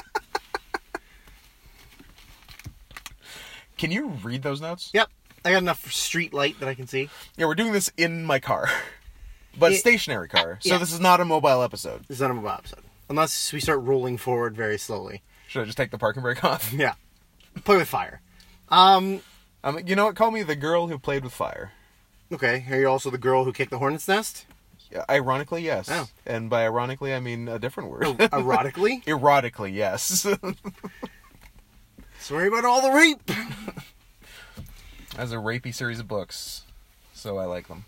Speaker 1: Can you read those notes?
Speaker 2: yep. I got enough street light that I can see.
Speaker 1: Yeah, we're doing this in my car, but
Speaker 2: Yeah.
Speaker 1: stationary car. So
Speaker 2: Yeah.
Speaker 1: this is not a mobile episode.
Speaker 2: This is not a mobile episode. Unless we start rolling forward very slowly.
Speaker 1: Should I just take the parking brake off?
Speaker 2: Yeah. Play with fire. Um,
Speaker 1: Um, you know what? Call me the girl who played with fire.
Speaker 2: okay. Are you also the girl who kicked the hornet's nest?
Speaker 1: Yeah, Ironically, yes.
Speaker 2: Oh.
Speaker 1: And by ironically, I mean a different word.
Speaker 2: Erotically?
Speaker 1: Erotically, yes.
Speaker 2: Sorry about all the rape.
Speaker 1: As a rapey series of books, so I like them.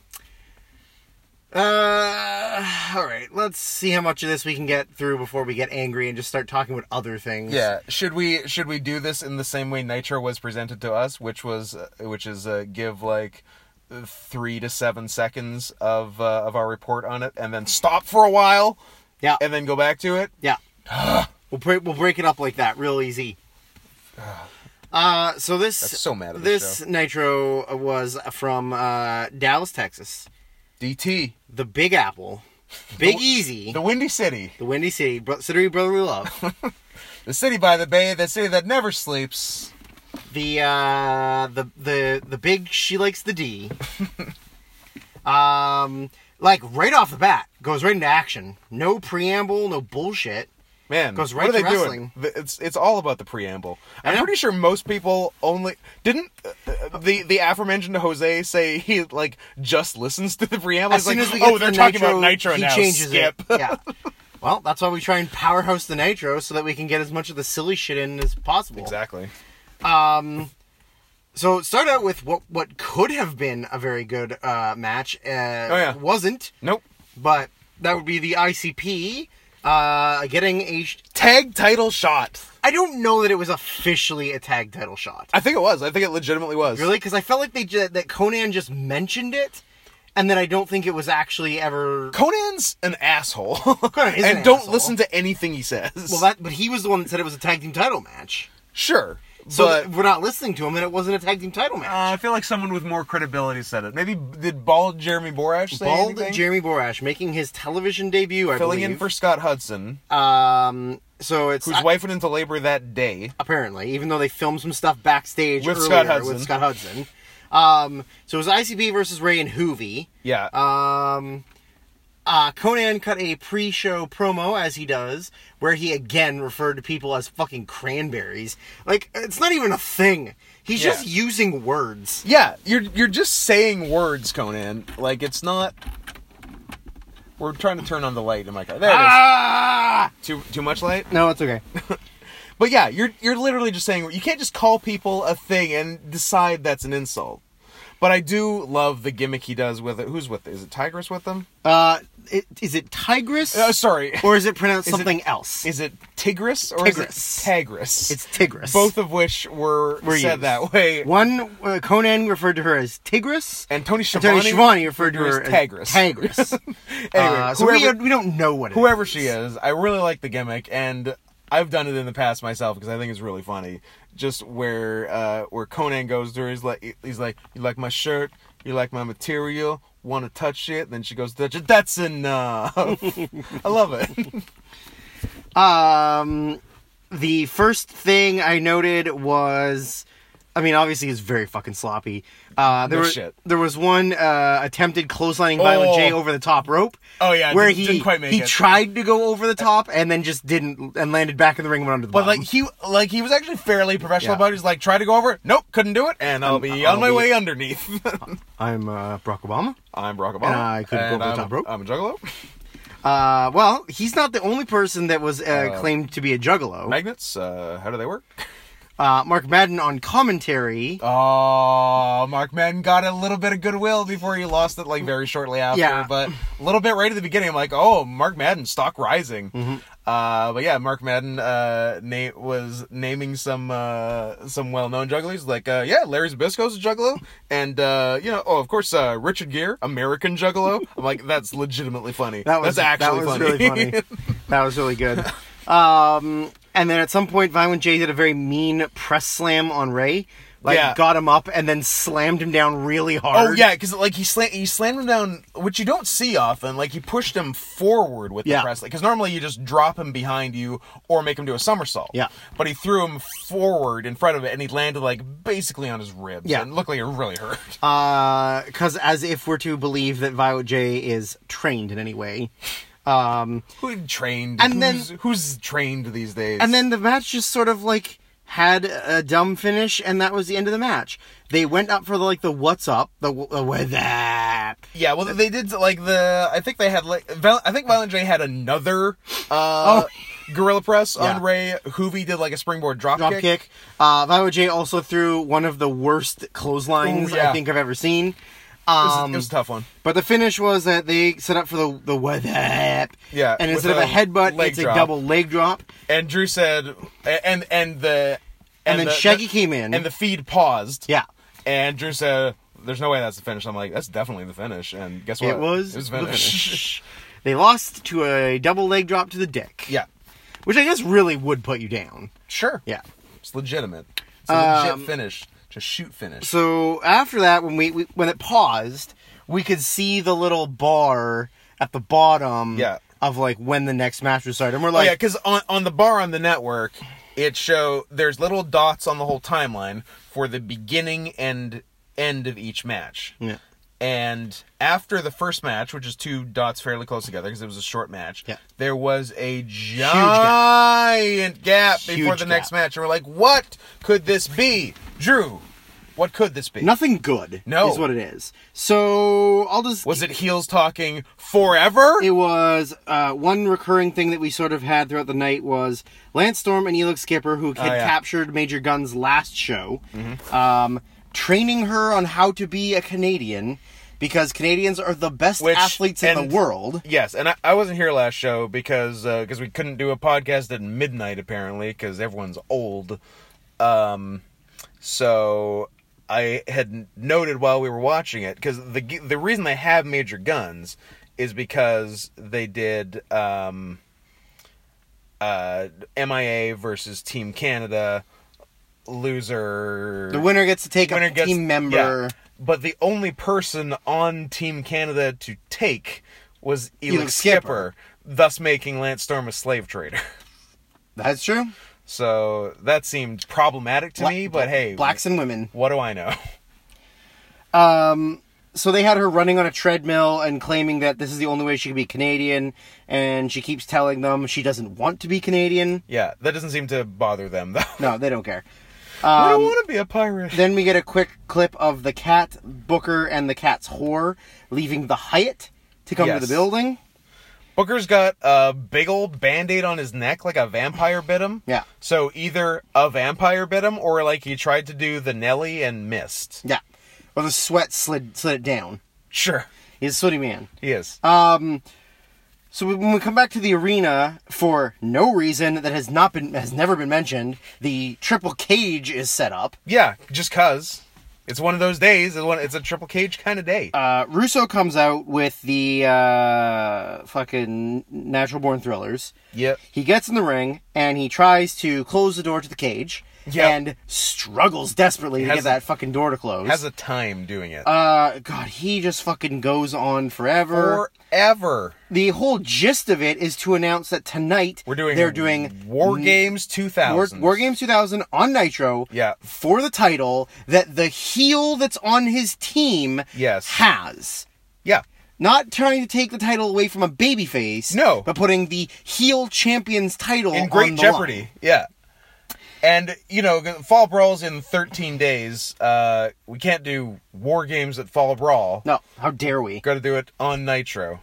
Speaker 2: Uh, all right. Let's see how much of this we can get through before we get angry and just start talking about other things.
Speaker 1: Yeah, should we should we do this in the same way Nitro was presented to us, which was uh, which is uh, give like uh, three to seven seconds of uh, of our report on it, and then stop for a while,
Speaker 2: Yeah.
Speaker 1: and then go back to it.
Speaker 2: Yeah. we'll break we'll break it up like that, real easy. Uh, so this
Speaker 1: so mad at this
Speaker 2: this Nitro was from uh, Dallas, Texas.
Speaker 1: DT,
Speaker 2: The Big Apple, Big Easy,
Speaker 1: the Windy City,
Speaker 2: the Windy City, Bro- City Brotherly Love,
Speaker 1: the city by the bay, the city that never sleeps.
Speaker 2: the uh, the the the Big She Likes the D. um, like right off the bat, goes right into action. No preamble, no bullshit.
Speaker 1: Man,
Speaker 2: Goes
Speaker 1: what
Speaker 2: right
Speaker 1: are they
Speaker 2: to
Speaker 1: doing? Th- It's it's all about the preamble. I'm
Speaker 2: know.
Speaker 1: pretty sure most people only didn't uh, uh, the the aforementioned Jose say he like just listens to the preamble.
Speaker 2: As
Speaker 1: He's
Speaker 2: soon
Speaker 1: like,
Speaker 2: as we get
Speaker 1: oh,
Speaker 2: to
Speaker 1: they're
Speaker 2: the
Speaker 1: talking
Speaker 2: nitro,
Speaker 1: about nitro
Speaker 2: he
Speaker 1: now.
Speaker 2: changes
Speaker 1: Skip.
Speaker 2: it. Yeah. Well, that's why we try and powerhouse the nitro so that we can get as much of the silly shit in as possible.
Speaker 1: Exactly.
Speaker 2: So start out with what what could have been a very good uh, match. Uh, oh
Speaker 1: yeah.
Speaker 2: wasn't,
Speaker 1: Nope.
Speaker 2: but that would be the ICP uh, getting a. Sh-
Speaker 1: Tag title shot.
Speaker 2: I don't know that it was officially a tag title shot.
Speaker 1: I think it was. I think it legitimately was.
Speaker 2: Really, because I felt like they ju- that Conan just mentioned it, and then I don't think it was actually ever.
Speaker 1: Conan's an asshole.
Speaker 2: is an
Speaker 1: and don't
Speaker 2: asshole.
Speaker 1: listen to anything he says.
Speaker 2: Well, that but he was the one that said it was a tag team title match.
Speaker 1: sure.
Speaker 2: So
Speaker 1: but
Speaker 2: th- we're not listening to him, and it wasn't a tag team title match.
Speaker 1: uh, I feel like someone with more credibility said it. Maybe did bald Jeremy Borash say
Speaker 2: Bald
Speaker 1: anything?
Speaker 2: Jeremy Borash making his television debut, I
Speaker 1: Filling in
Speaker 2: believe.
Speaker 1: for Scott Hudson,
Speaker 2: um, so it's
Speaker 1: whose
Speaker 2: I-
Speaker 1: wife went into labor that day.
Speaker 2: apparently, even though they filmed some stuff backstage
Speaker 1: With
Speaker 2: earlier
Speaker 1: Scott Hudson.
Speaker 2: with Scott Hudson. Um, so it was ICP versus Ray and Hoovy.
Speaker 1: Yeah.
Speaker 2: Um, uh, Conan cut a pre-show promo as he does, where he again referred to people as fucking cranberries. Like it's not even a thing. He's
Speaker 1: Yeah.
Speaker 2: just using words.
Speaker 1: yeah, you're you're just saying words, Conan. Like it's not. We're trying to turn on the light in my car. There it is.
Speaker 2: Ah!
Speaker 1: Too too much light.
Speaker 2: No, it's okay.
Speaker 1: But yeah, you're you're literally just saying you can't just call people a thing and decide that's an insult. But I do love the gimmick he does with it. Who's with it? Is it Tigress with them?
Speaker 2: Uh, it, is it tigress?
Speaker 1: Uh, sorry.
Speaker 2: or is it pronounced
Speaker 1: it-
Speaker 2: something else?
Speaker 1: Is it Tigress or
Speaker 2: Tigress.
Speaker 1: is it Tagris?
Speaker 2: It's Tigress.
Speaker 1: Both of which were,
Speaker 2: Were
Speaker 1: said
Speaker 2: used.
Speaker 1: that way.
Speaker 2: One uh, Conan referred to her as Tigress.
Speaker 1: And Tony Schiavone,
Speaker 2: Tony Schiavone referred to her as
Speaker 1: Tagris.
Speaker 2: Tigress.
Speaker 1: Anyway,
Speaker 2: Uh, so we,
Speaker 1: whoever-
Speaker 2: we don't know what it is.
Speaker 1: whoever she is, I really like the gimmick, and I've done it in the past myself because I think it's really funny. Just where uh, where Conan goes through, he's like he's like, you like my shirt, you like my material, want to touch it, then she goes touch it. That's enough. I love it.
Speaker 2: Um, the first thing I noted was, I mean, obviously it's very fucking sloppy. Uh, there
Speaker 1: No
Speaker 2: was
Speaker 1: shit.
Speaker 2: there was one uh, attempted clotheslining Violent
Speaker 1: Oh.
Speaker 2: J over the top rope.
Speaker 1: Oh, yeah,
Speaker 2: where
Speaker 1: didn't-
Speaker 2: he
Speaker 1: didn't quite make
Speaker 2: he
Speaker 1: it.
Speaker 2: tried to go over the top and then just didn't and landed back in the ring and went under the
Speaker 1: But
Speaker 2: bottom.
Speaker 1: like he like he was actually fairly professional
Speaker 2: Yeah.
Speaker 1: about. it. He's like, try to go over, it. nope, couldn't do it, and I'll be
Speaker 2: I'll
Speaker 1: on my
Speaker 2: be-
Speaker 1: way underneath.
Speaker 2: I'm uh, Barack Obama.
Speaker 1: I'm Barack Obama.
Speaker 2: And I couldn't go
Speaker 1: and
Speaker 2: over the
Speaker 1: I'm-
Speaker 2: top rope.
Speaker 1: I'm a juggalo.
Speaker 2: Uh, well, he's not the only person that was uh,
Speaker 1: Oh.
Speaker 2: claimed to be a juggalo.
Speaker 1: Magnets. Uh, how do they work?
Speaker 2: Uh, Mark Madden on commentary.
Speaker 1: Oh, Mark Madden got a little bit of goodwill before he lost it, like very shortly after.
Speaker 2: Yeah.
Speaker 1: But a little bit right at the beginning, I'm like, oh, Mark Madden stock rising.
Speaker 2: Mm-hmm.
Speaker 1: Uh, but yeah, Mark Madden uh, na- was naming some uh, some well known jugglers, like uh, yeah, Larry Zabisco's a juggalo, and uh, you know, oh, of course, uh, Richard Gere, American juggalo. I'm like, that's legitimately funny.
Speaker 2: That was
Speaker 1: that's actually
Speaker 2: that was
Speaker 1: funny.
Speaker 2: really funny. that was really good. Um, and then at some point, Violent J did a very mean press slam on Ray, like
Speaker 1: Yeah.
Speaker 2: got him up and then slammed him down really hard.
Speaker 1: Oh yeah, because like he slam he slammed him down, which you don't see often. Like he pushed him forward with
Speaker 2: Yeah.
Speaker 1: the press, because normally you just drop him behind you or make him do a somersault.
Speaker 2: Yeah.
Speaker 1: but he threw him forward in front of it, and he landed like basically on his ribs.
Speaker 2: Yeah.
Speaker 1: and it looked like it really hurt.
Speaker 2: Because Uh, as if we're to believe that Violent J is trained in any way. Um,
Speaker 1: Who trained?
Speaker 2: And then-
Speaker 1: who's, who's trained these days?
Speaker 2: and then the match just sort of like had a dumb finish, and that was the end of the match. They went up for the, like the what's up, the, w- the what that.
Speaker 1: yeah, well they did like the I think they had like Val- I think Violent J had another uh gorilla press on
Speaker 2: Oh. Yeah.
Speaker 1: Ray. Hoovy did like a springboard drop,
Speaker 2: drop kick. Uh, Violent J also threw one of the worst clotheslines
Speaker 1: Ooh, yeah.
Speaker 2: I think I've ever seen.
Speaker 1: It was,
Speaker 2: Um,
Speaker 1: it was a tough one.
Speaker 2: But the finish was that they set up for the the weather.
Speaker 1: Yeah,
Speaker 2: And
Speaker 1: with
Speaker 2: instead of a
Speaker 1: a
Speaker 2: headbutt,
Speaker 1: leg
Speaker 2: it's
Speaker 1: drop.
Speaker 2: a double leg drop.
Speaker 1: And Drew said, and and the
Speaker 2: And then
Speaker 1: the-
Speaker 2: Shaggy
Speaker 1: the-
Speaker 2: came in.
Speaker 1: and the feed paused.
Speaker 2: Yeah.
Speaker 1: And Drew said, "There's no way that's the finish." I'm like, "That's definitely the finish." And guess what?
Speaker 2: It was.
Speaker 1: It was the finish.
Speaker 2: they lost to a double leg drop to the dick.
Speaker 1: yeah.
Speaker 2: Which I guess really would put you down.
Speaker 1: Sure.
Speaker 2: Yeah.
Speaker 1: It's legitimate. It's a legit
Speaker 2: Um,
Speaker 1: finish. Just shoot finish.
Speaker 2: So after that, when we, we when it paused, we could see the little bar at the bottom.
Speaker 1: Yeah.
Speaker 2: Of like when the next match was started, and we're
Speaker 1: Oh yeah,
Speaker 2: like,
Speaker 1: because on on the bar on the network, it show there's little dots on the whole timeline for the beginning and end of each match.
Speaker 2: Yeah.
Speaker 1: And after the first match, which is two dots fairly close together because it was a short match,
Speaker 2: Yeah.
Speaker 1: there was a
Speaker 2: gap.
Speaker 1: giant gap, before
Speaker 2: Huge
Speaker 1: the next
Speaker 2: gap.
Speaker 1: match. And we're like, what could this be? Drew, what could this be?
Speaker 2: nothing good.
Speaker 1: No.
Speaker 2: is what it is. So I'll just
Speaker 1: Was it heels talking forever?
Speaker 2: It was uh, one recurring thing that we sort of had throughout the night was Lance Storm and Elix Skipper, who had
Speaker 1: Oh, yeah. Mm-hmm.
Speaker 2: captured Major Gunn's last show, um, training her on how to be a Canadian because Canadians are the best
Speaker 1: Which-
Speaker 2: athletes in
Speaker 1: and-
Speaker 2: the world.
Speaker 1: Yes, and I, I wasn't here last show because because we couldn't do a podcast at midnight apparently because everyone's old. Um, so I had n- noted while we were watching it because the g- the reason they have major guns is because they did um, uh, MIA versus Team Canada loser
Speaker 2: The winner gets to take
Speaker 1: winner
Speaker 2: a
Speaker 1: gets-
Speaker 2: team member.
Speaker 1: yeah. But the only person on Team Canada to take was Elix,
Speaker 2: Elix
Speaker 1: Skipper, thus making Lance Storm a slave trader.
Speaker 2: That's true.
Speaker 1: So that seemed problematic to
Speaker 2: Bla-
Speaker 1: me, but hey,
Speaker 2: blacks and women.
Speaker 1: what do I know?
Speaker 2: Um, so they had her running on a treadmill and claiming that this is the only way she can be Canadian, and she keeps telling them she doesn't want to be Canadian.
Speaker 1: Yeah, that doesn't seem to bother them though.
Speaker 2: No, they don't care.
Speaker 1: I
Speaker 2: Um,
Speaker 1: don't want to be a pirate.
Speaker 2: Then we get a quick clip of the cat Booker and the cat's whore leaving the Hyatt to come
Speaker 1: Yes.
Speaker 2: to the building.
Speaker 1: Booker's got a big old band-aid on his neck like a vampire bit him.
Speaker 2: Yeah.
Speaker 1: So either a vampire bit him or like he tried to do the Nelly and missed.
Speaker 2: Yeah, or the sweat slid slid it down.
Speaker 1: Sure.
Speaker 2: He's a sweaty man. Um,
Speaker 1: He is.
Speaker 2: So when we come back to the arena for no reason that has not been has never been mentioned, the triple cage is set up.
Speaker 1: Yeah, just cause. It's one of those days. It's, one, it's a triple cage kind of day.
Speaker 2: Uh, Russo comes out with the uh, fucking natural born thrillers.
Speaker 1: yep.
Speaker 2: He gets in the ring and he tries to close the door to the cage
Speaker 1: Yeah.
Speaker 2: and struggles desperately to
Speaker 1: Has-
Speaker 2: get that fucking door to close.
Speaker 1: Has a time doing it.
Speaker 2: uh, God, he just fucking goes on forever.
Speaker 1: Forever.
Speaker 2: the whole gist of it is to announce that tonight
Speaker 1: We're doing
Speaker 2: they're doing
Speaker 1: War Games
Speaker 2: War,
Speaker 1: 2000.
Speaker 2: War Games 2000 on Nitro
Speaker 1: Yeah.
Speaker 2: for the title that the heel that's on his team
Speaker 1: Yes.
Speaker 2: has.
Speaker 1: Yeah.
Speaker 2: Not trying to take the title away from a babyface.
Speaker 1: No.
Speaker 2: But putting the heel champion's title
Speaker 1: In great
Speaker 2: on the
Speaker 1: jeopardy.
Speaker 2: line.
Speaker 1: Yeah. And, you know, Fall Brawl's in 13 days. Uh, we can't do War Games at Fall Brawl.
Speaker 2: No, how dare we?
Speaker 1: Gotta do it on Nitro.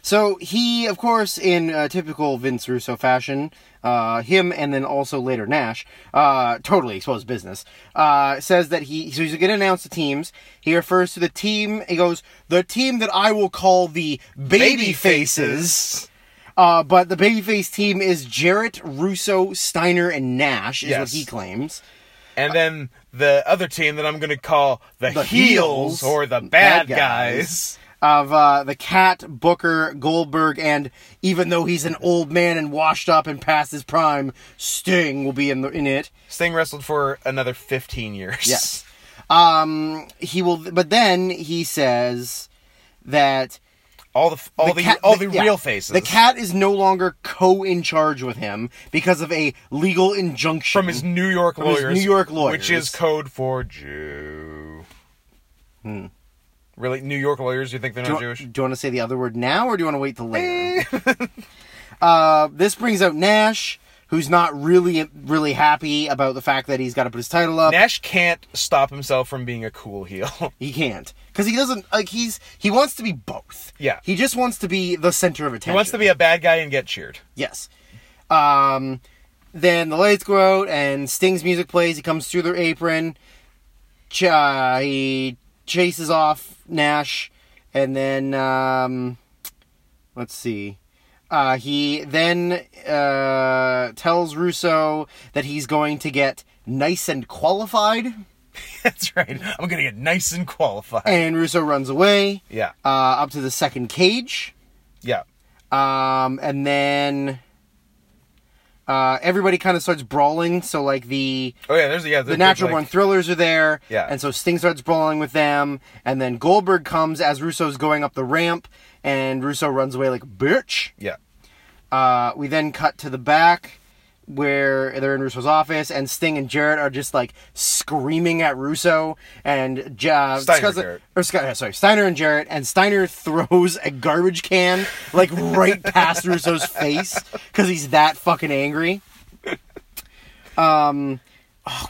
Speaker 2: So he, of course, in uh, typical Vince Russo fashion, uh, him and then also later Nash, uh, totally exposed business, uh, says that he, so he's going to announce the teams. He refers to the team, he goes, the team that I will call the Baby Faces. Uh, but the babyface team is Jarrett, Russo, Steiner, and Nash, is what
Speaker 1: Yes.
Speaker 2: he claims.
Speaker 1: And then the other team that I'm gonna call the,
Speaker 2: The
Speaker 1: heels,
Speaker 2: heels,
Speaker 1: or the bad,
Speaker 2: bad
Speaker 1: guys.
Speaker 2: guys. Of uh, the Cat, Booker, Goldberg, and even though he's an old man and washed up and past his prime, Sting will be in the, in it.
Speaker 1: Sting wrestled for another 15 years.
Speaker 2: Yes. Um, he will, but then he says that
Speaker 1: All the all the,
Speaker 2: cat-
Speaker 1: all the,
Speaker 2: yeah.
Speaker 1: real faces
Speaker 2: The cat is no longer co in charge with him because of a legal injunction
Speaker 1: from his New York
Speaker 2: his
Speaker 1: lawyers.
Speaker 2: New York
Speaker 1: which
Speaker 2: lawyers.
Speaker 1: is code for Jew. Hmm. Really, New York lawyers? You think they're
Speaker 2: Do
Speaker 1: not
Speaker 2: you,
Speaker 1: Jewish?
Speaker 2: want to say the other word now, or do you want to wait till later? uh, this brings out Nash, who's not really really happy about the fact that he's got to put his title up.
Speaker 1: Nash can't stop himself from being a cool heel.
Speaker 2: he can't because he doesn't like he's he wants to be both.
Speaker 1: Yeah.
Speaker 2: he just wants to be the center of attention.
Speaker 1: he wants to be a bad guy and get cheered.
Speaker 2: yes. Um, then the lights go out and Sting's music plays. He comes through their apron. Ch- uh, he chases off Nash, and then um, let's see. Uh, he then uh, tells Russo that he's going to get nice and qualified,
Speaker 1: That's right. I'm gonna get nice and qualified.
Speaker 2: and Russo runs away
Speaker 1: Yeah,
Speaker 2: uh, up to the second cage,
Speaker 1: yeah,
Speaker 2: um, and then uh, everybody kind of starts brawling. So like the
Speaker 1: oh yeah. There's yeah.
Speaker 2: the natural born thrillers are there.
Speaker 1: Yeah.
Speaker 2: And so Sting starts brawling with them, and then Goldberg comes as Russo's going up the ramp, and Russo runs away like a bitch.
Speaker 1: Yeah,
Speaker 2: Uh, we then cut to the back where they're in Russo's office, and Sting and Jarrett are just like screaming at Russo, and ja-
Speaker 1: Steiner
Speaker 2: Scott's
Speaker 1: Jarrett.
Speaker 2: or Scott, sorry, Steiner and Jarrett, and Steiner throws a garbage can like right past Russo's face because he's that fucking angry. Oh,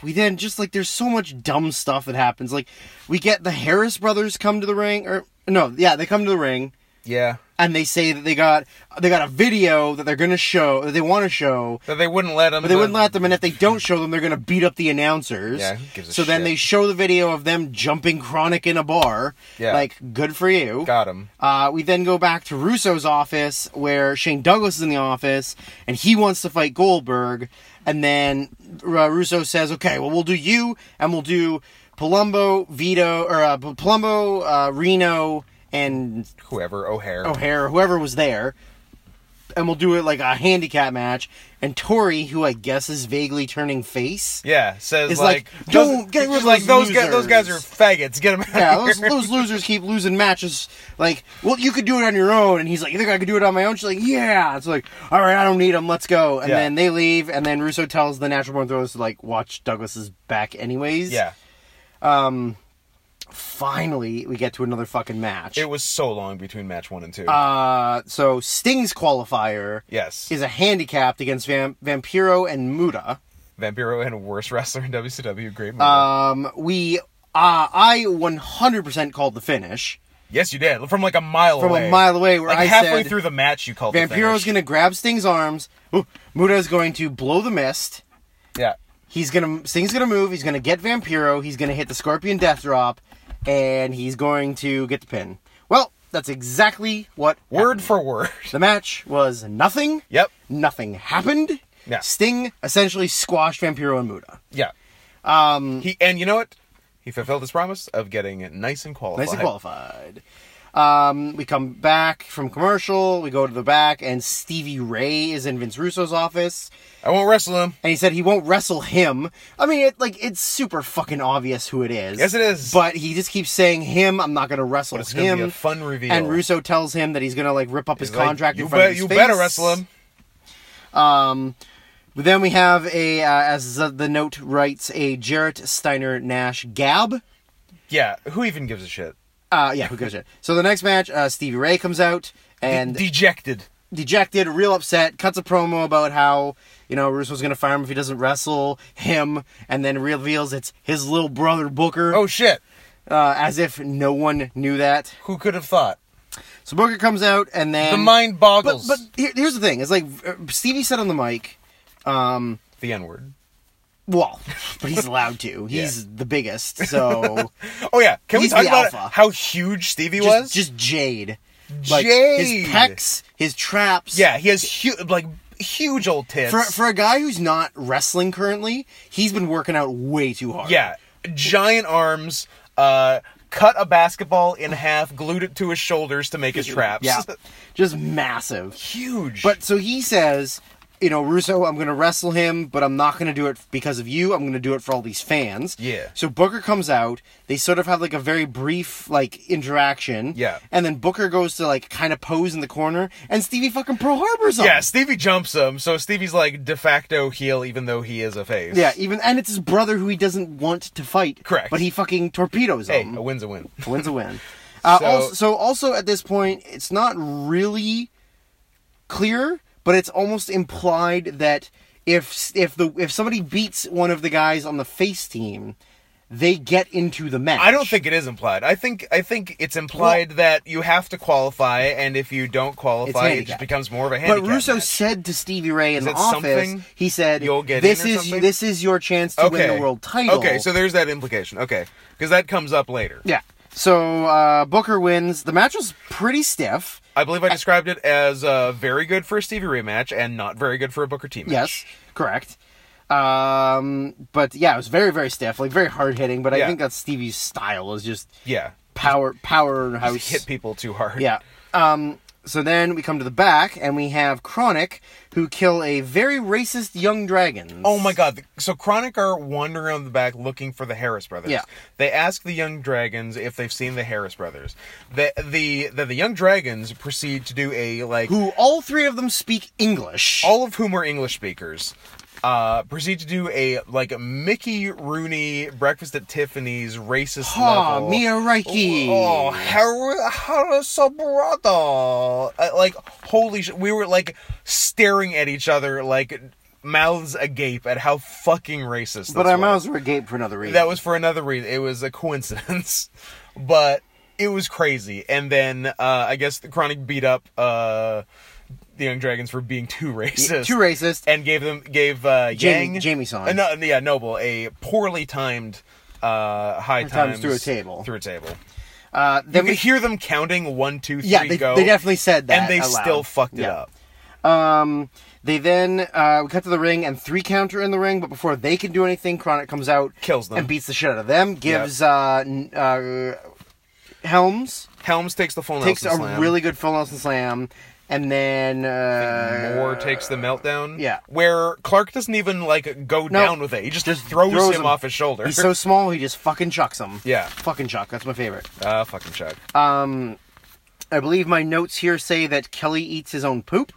Speaker 2: we then just like there's so much dumb stuff that happens. Like we get the Harris brothers come to the ring, or no, yeah, they come to the ring
Speaker 1: yeah.
Speaker 2: and they say that they got they got a video that they're gonna show that they want to show,
Speaker 1: That they wouldn't let them.
Speaker 2: but they wouldn't let them. And if they don't show them, they're gonna beat up the announcers.
Speaker 1: Yeah, who gives a
Speaker 2: so then
Speaker 1: shit?
Speaker 2: they show the video of them jumping Chronic in a bar.
Speaker 1: Yeah.
Speaker 2: like good for you.
Speaker 1: Got him.
Speaker 2: Uh, we then go back to Russo's office where Shane Douglas is in the office and he wants to fight Goldberg. And then uh, Russo says, okay, well, we'll do you and we'll do Palumbo, Vito, or uh, P- Palumbo, uh, Reno, and
Speaker 1: Whoever O'Hare.
Speaker 2: O'Hare, whoever was there. And we'll do it like a handicap match. And Tori, who I guess is vaguely turning face.
Speaker 1: Yeah, says
Speaker 2: It's
Speaker 1: like,
Speaker 2: like,
Speaker 1: does-
Speaker 2: don't get rid
Speaker 1: just
Speaker 2: of
Speaker 1: like
Speaker 2: those
Speaker 1: those guys. Those guys are
Speaker 2: losers.
Speaker 1: faggots. Get them out.
Speaker 2: yeah,
Speaker 1: of
Speaker 2: those, those losers keep losing matches. Like, well, you could do it on your own. And he's like, you think I could do it on my own? She's like, yeah. It's like, all right, I don't need them. Let's go. And
Speaker 1: Yeah.
Speaker 2: then they leave. And then Russo tells the natural born throwers to, like, watch Douglas's back anyways.
Speaker 1: Yeah,
Speaker 2: Finally, we get to another fucking match.
Speaker 1: it was so long between match one and two.
Speaker 2: uh, so Sting's qualifier
Speaker 1: yes,
Speaker 2: is a handicapped against Vam- Vampiro and Muda.
Speaker 1: Vampiro and worst wrestler in WCW. Great movie.
Speaker 2: Um, we, uh, I 100% called the finish
Speaker 1: yes, you did from like a mile
Speaker 2: from
Speaker 1: away.
Speaker 2: a mile away where
Speaker 1: Like
Speaker 2: I
Speaker 1: halfway
Speaker 2: said,
Speaker 1: through the match, you called the
Speaker 2: Vampiro's
Speaker 1: finish.
Speaker 2: going to grab Sting's arms. Ooh, Muda's going to blow the mist.
Speaker 1: Yeah,
Speaker 2: He's going to Sting's going to move. He's going to get Vampiro. He's going to hit the Scorpion Death Drop, and he's going to get the pin. Well, that's exactly what
Speaker 1: word
Speaker 2: happened.
Speaker 1: for word.
Speaker 2: the match was nothing.
Speaker 1: Yep.
Speaker 2: Nothing happened.
Speaker 1: Yeah.
Speaker 2: Sting essentially squashed Vampiro and Muda.
Speaker 1: Yeah. Um. He and you know what? He fulfilled his promise of getting it nice and qualified.
Speaker 2: Nice and qualified. Um, we come back from commercial. We go to the back, and Stevie Ray is in Vince Russo's office.
Speaker 1: I won't wrestle him.
Speaker 2: and he said he won't wrestle him. I mean, it like it's super fucking obvious who it is.
Speaker 1: Yes, it is.
Speaker 2: But he just keeps saying him. I'm not gonna wrestle
Speaker 1: it's gonna
Speaker 2: him.
Speaker 1: be a fun reveal.
Speaker 2: and Russo tells him that he's gonna like rip up his
Speaker 1: He's like,
Speaker 2: contract
Speaker 1: you
Speaker 2: in front
Speaker 1: bet-
Speaker 2: of his
Speaker 1: you
Speaker 2: face.
Speaker 1: better wrestle him.
Speaker 2: But then we have a uh, as the, the note writes a Jarrett Steiner Nash Gab.
Speaker 1: Yeah. Who even gives a shit?
Speaker 2: Uh, yeah, who gives it? So the next match, uh, Stevie Ray comes out and
Speaker 1: Dejected.
Speaker 2: dejected, real upset, cuts a promo about how, you know, Russo's gonna fire him if he doesn't wrestle him, and then reveals it's his little brother Booker.
Speaker 1: Oh shit.
Speaker 2: uh, as if no one knew that.
Speaker 1: Who could have thought?
Speaker 2: So Booker comes out, and then
Speaker 1: The mind
Speaker 2: But,
Speaker 1: boggles.
Speaker 2: but here, here's the thing: it's like uh, Stevie said on the mic. Um,
Speaker 1: the N word.
Speaker 2: well, but he's allowed to. He's the biggest, so
Speaker 1: Oh yeah. Can
Speaker 2: He's
Speaker 1: we talk
Speaker 2: the
Speaker 1: about
Speaker 2: alpha.
Speaker 1: how huge Stevie was?
Speaker 2: just, just Jade. Like,
Speaker 1: Jade.
Speaker 2: His pecs, his traps.
Speaker 1: yeah, he has huge, like huge old tits.
Speaker 2: For for a guy who's not wrestling currently, he's been working out way too hard.
Speaker 1: yeah, giant arms. Uh, cut a basketball in half, glued it to his shoulders to make his traps.
Speaker 2: Yeah. Just massive.
Speaker 1: huge.
Speaker 2: But so he says, you know, Russo, I'm going to wrestle him, but I'm not going to do it because of you. I'm going to do it for all these fans.
Speaker 1: Yeah.
Speaker 2: So Booker comes out. They sort of have like a very brief like interaction.
Speaker 1: Yeah.
Speaker 2: And then Booker goes to like kind of pose in the corner, and Stevie fucking Pearl Harbors him.
Speaker 1: yeah, Stevie jumps him, so Stevie's like de facto heel, even though he is a face.
Speaker 2: Yeah. Even and it's his brother who he doesn't want to fight.
Speaker 1: Correct.
Speaker 2: But he fucking torpedoes
Speaker 1: Hey,
Speaker 2: him.
Speaker 1: a win's a win.
Speaker 2: A win's a win. Uh,
Speaker 1: So-
Speaker 2: so, also, so also at this point, it's not really clear, but it's almost implied that if if the if somebody beats one of the guys on the face team, they get into the match.
Speaker 1: I don't think it is implied. I think I think it's implied that you have to qualify, and if you don't qualify, it just
Speaker 2: handicap.
Speaker 1: becomes more of a handicap.
Speaker 2: But Russo
Speaker 1: match.
Speaker 2: said to Stevie Ray in the
Speaker 1: it
Speaker 2: office,
Speaker 1: something
Speaker 2: he said,
Speaker 1: you'll get
Speaker 2: "This
Speaker 1: in or
Speaker 2: is
Speaker 1: something?"
Speaker 2: this is your chance to win the world title."
Speaker 1: Okay, so there's that implication. Okay, because that comes up later.
Speaker 2: yeah. So uh, Booker wins. The match was pretty stiff.
Speaker 1: I believe I described it as uh, very good for a Stevie Ray match and not very good for a Booker T match.
Speaker 2: Yes, correct. Um, but yeah, it was very very stiff, like very hard hitting. But I
Speaker 1: Yeah.
Speaker 2: think that's Stevie's style is just
Speaker 1: Yeah.
Speaker 2: power powerhouse.
Speaker 1: Hit people too hard.
Speaker 2: Yeah. Um, so then we come to the back and we have Chronic, who kill a very racist young dragon.
Speaker 1: Oh my god. So Chronic are wandering around the back looking for the Harris brothers.
Speaker 2: Yeah.
Speaker 1: They ask the young dragons if they've seen the Harris brothers. The the the, the young dragons proceed to do a like
Speaker 2: Who all three of them speak English.
Speaker 1: all of whom are English speakers. Uh, proceed to do a like a Mickey Rooney breakfast at Tiffany's racist
Speaker 2: Ah,
Speaker 1: level.
Speaker 2: Mia Reiki.
Speaker 1: Oh, Haru Haru Sobrado. Uh, like, holy shit. We were, like, staring at each other, like, mouths agape at how fucking racist
Speaker 2: but
Speaker 1: this
Speaker 2: our
Speaker 1: was.
Speaker 2: mouths were agape for another reason.
Speaker 1: That was for another reason. It was a coincidence. but it was crazy. And then, uh, I guess the Chronic beat up, uh, the Young Dragons for being too
Speaker 2: Yeah,
Speaker 1: racist.
Speaker 2: too racist.
Speaker 1: And gave them, gave, uh,
Speaker 2: Jamie-
Speaker 1: Yang.
Speaker 2: Jamie Song.
Speaker 1: uh, no, yeah, Noble, a poorly timed, uh, high
Speaker 2: times
Speaker 1: times,
Speaker 2: through a table.
Speaker 1: Through a table.
Speaker 2: Uh, then
Speaker 1: You
Speaker 2: we
Speaker 1: could hear them counting one, two, three,
Speaker 2: yeah, they,
Speaker 1: go.
Speaker 2: they definitely said that.
Speaker 1: and they
Speaker 2: out loud.
Speaker 1: still fucked it
Speaker 2: Yeah.
Speaker 1: up.
Speaker 2: Um, they then uh, we cut to the ring and three counter in the ring, but before they can do anything, Chronic comes out,
Speaker 1: Kills them.
Speaker 2: and beats the shit out of them. Gives uh, n- uh, Helms
Speaker 1: Helms takes the full
Speaker 2: takes
Speaker 1: Nelson
Speaker 2: a
Speaker 1: slam.
Speaker 2: really good full Nelson slam, and then uh,
Speaker 1: Moore takes the meltdown.
Speaker 2: yeah.
Speaker 1: where Clark doesn't even like go
Speaker 2: No.
Speaker 1: down with it. He just, throws, him, off his shoulder.
Speaker 2: He's so small, he just fucking chucks him.
Speaker 1: Yeah.
Speaker 2: fucking chuck. That's my favorite.
Speaker 1: Ah, fucking Chuck.
Speaker 2: Um, I believe my notes here say that Kelly eats his own poop.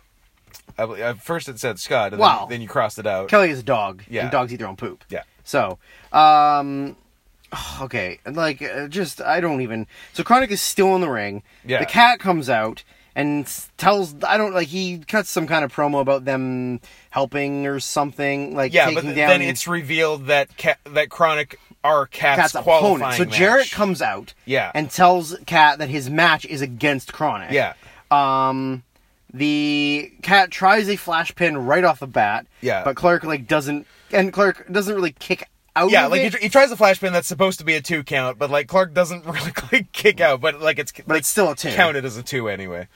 Speaker 1: I bel- at first it said Scott, and
Speaker 2: Wow.
Speaker 1: then, then you crossed it out.
Speaker 2: Kelly is a dog,
Speaker 1: Yeah.
Speaker 2: and dogs eat their own poop.
Speaker 1: Yeah.
Speaker 2: So, um, okay, like, uh, just I don't even. So Chronic is still in the ring.
Speaker 1: Yeah.
Speaker 2: The cat comes out and s- tells I don't like he cuts some kind of promo about them helping or something like
Speaker 1: yeah,
Speaker 2: taking
Speaker 1: but th-
Speaker 2: down
Speaker 1: then it's revealed that Ca- that Chronic are Cat's,
Speaker 2: Cat's opponent.
Speaker 1: qualifying.
Speaker 2: So
Speaker 1: match.
Speaker 2: Jarrett comes out.
Speaker 1: Yeah.
Speaker 2: And tells Cat that his match is against Chronic.
Speaker 1: Yeah.
Speaker 2: Um. The cat tries a flash pin right off the bat.
Speaker 1: Yeah.
Speaker 2: But Clark like doesn't, and Clark doesn't really kick out.
Speaker 1: Yeah,
Speaker 2: of
Speaker 1: like
Speaker 2: it.
Speaker 1: he, tr- he tries a flashbang that's supposed to be a two count, but like Clark doesn't really like, kick out, but like it's
Speaker 2: but it's still a two.
Speaker 1: counted as a two anyway.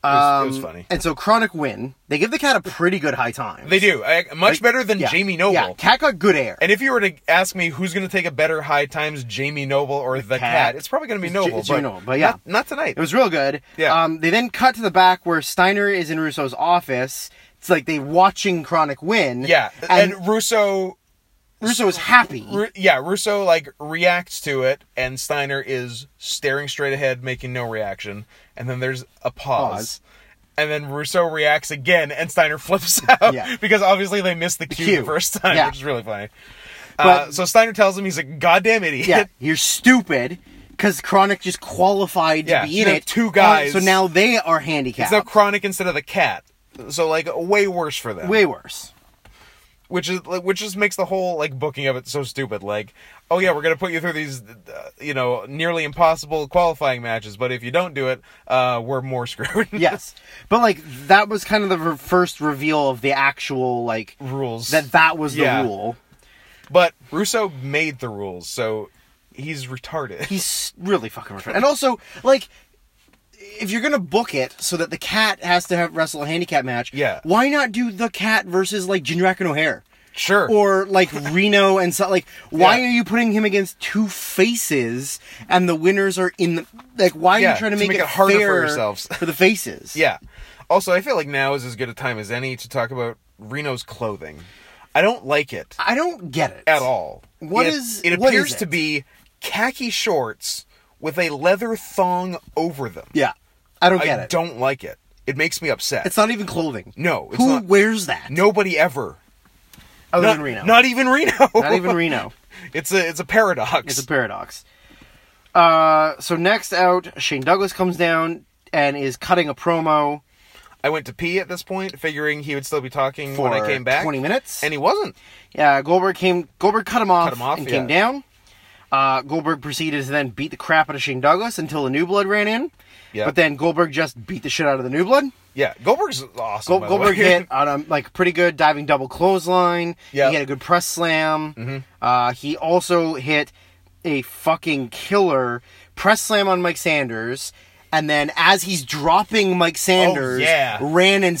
Speaker 1: It was, it was
Speaker 2: Um,
Speaker 1: funny.
Speaker 2: And so Chronic win. They give the cat a pretty good high time.
Speaker 1: They do I, much better than
Speaker 2: Yeah,
Speaker 1: Jamie Noble.
Speaker 2: Yeah, cat got good air.
Speaker 1: And if you were to ask me who's going to take a better high times, Jamie Noble or the, cat,
Speaker 2: Cat.
Speaker 1: it's probably going to be
Speaker 2: It's
Speaker 1: Noble.
Speaker 2: J- Jamie
Speaker 1: but
Speaker 2: Noble, but yeah.
Speaker 1: not, not tonight.
Speaker 2: It was real good.
Speaker 1: Yeah.
Speaker 2: Um, they then cut to the back where Steiner is in Russo's office. It's like they watching Chronic win.
Speaker 1: yeah, and,
Speaker 2: And,
Speaker 1: Russo,
Speaker 2: Russo is happy.
Speaker 1: Ru- yeah, Russo like reacts to it, and Steiner is staring straight ahead, making no reaction. And then there's a pause.
Speaker 2: Pause.
Speaker 1: And then Russo reacts again, and Steiner flips out
Speaker 2: Yeah.
Speaker 1: because obviously they missed the cue,
Speaker 2: cue.
Speaker 1: the first time,
Speaker 2: Yeah.
Speaker 1: which is really funny. uh,
Speaker 2: But-
Speaker 1: so Steiner tells him he's a goddamn idiot.
Speaker 2: yeah, you're stupid because Chronic just qualified
Speaker 1: Yeah,
Speaker 2: to be
Speaker 1: you
Speaker 2: in
Speaker 1: have
Speaker 2: it.
Speaker 1: two guys.
Speaker 2: so now they are
Speaker 1: It's
Speaker 2: handicapped.
Speaker 1: now chronic instead of the cat, so like way worse for them.
Speaker 2: Way worse.
Speaker 1: which is like, which just makes the whole like booking of it so stupid. Like, oh yeah, we're gonna put you through these, uh, you know, nearly impossible qualifying matches, but if you don't do it, uh, we're more screwed.
Speaker 2: Yes, but like that was kind of the re- first reveal of the actual like
Speaker 1: rules.
Speaker 2: that that was the
Speaker 1: Yeah.
Speaker 2: rule.
Speaker 1: but Russo made the rules, so he's retarded.
Speaker 2: He's really fucking retarded. And also, like, if you're gonna book it so that the cat has to have wrestle a handicap match,
Speaker 1: Yeah.
Speaker 2: why not do the cat versus like Jindrak and O'Hare?
Speaker 1: Sure.
Speaker 2: Or like Reno and so like why
Speaker 1: Yeah.
Speaker 2: are you putting him against two faces and the winners are in the like why are
Speaker 1: Yeah,
Speaker 2: you trying to
Speaker 1: to
Speaker 2: make,
Speaker 1: make
Speaker 2: it,
Speaker 1: it harder for
Speaker 2: fair
Speaker 1: yourselves.
Speaker 2: for the faces?
Speaker 1: yeah. Also, I feel like now is as good a time as any to talk about Reno's clothing. I don't like it
Speaker 2: I don't get it.
Speaker 1: at all.
Speaker 2: What
Speaker 1: What is?
Speaker 2: is-
Speaker 1: it
Speaker 2: what is
Speaker 1: appears
Speaker 2: it?
Speaker 1: to be khaki shorts with a leather thong over them.
Speaker 2: Yeah. I don't
Speaker 1: I
Speaker 2: get it.
Speaker 1: don't like it. It makes me upset.
Speaker 2: It's not even clothing.
Speaker 1: No, it's
Speaker 2: Who
Speaker 1: not.
Speaker 2: wears that?
Speaker 1: Nobody ever.
Speaker 2: Other
Speaker 1: not,
Speaker 2: than Reno.
Speaker 1: Not even Reno.
Speaker 2: not even Reno.
Speaker 1: It's a it's a paradox.
Speaker 2: It's a paradox. Uh, so next out, Shane Douglas comes down and is cutting a promo
Speaker 1: I went to pee at this point, figuring he would still be talking
Speaker 2: for
Speaker 1: when I came back.
Speaker 2: twenty minutes.
Speaker 1: and he wasn't.
Speaker 2: yeah, Goldberg came. Goldberg cut him off,
Speaker 1: Cut him off,
Speaker 2: and came
Speaker 1: yeah.
Speaker 2: down. Uh, Goldberg proceeded to then beat the crap out of Shane Douglas until the New Blood ran in.
Speaker 1: Yeah.
Speaker 2: But then Goldberg just beat the shit out of the New Blood.
Speaker 1: Yeah, Goldberg's awesome.
Speaker 2: Go-
Speaker 1: by the
Speaker 2: Goldberg
Speaker 1: way.
Speaker 2: hit on a like pretty good diving double clothesline.
Speaker 1: Yeah. Mm-hmm.
Speaker 2: He had a good press slam. Uh, he also hit a fucking killer press slam on Mike Sanders, and then as he's dropping Mike Sanders,
Speaker 1: Oh, yeah.
Speaker 2: ran and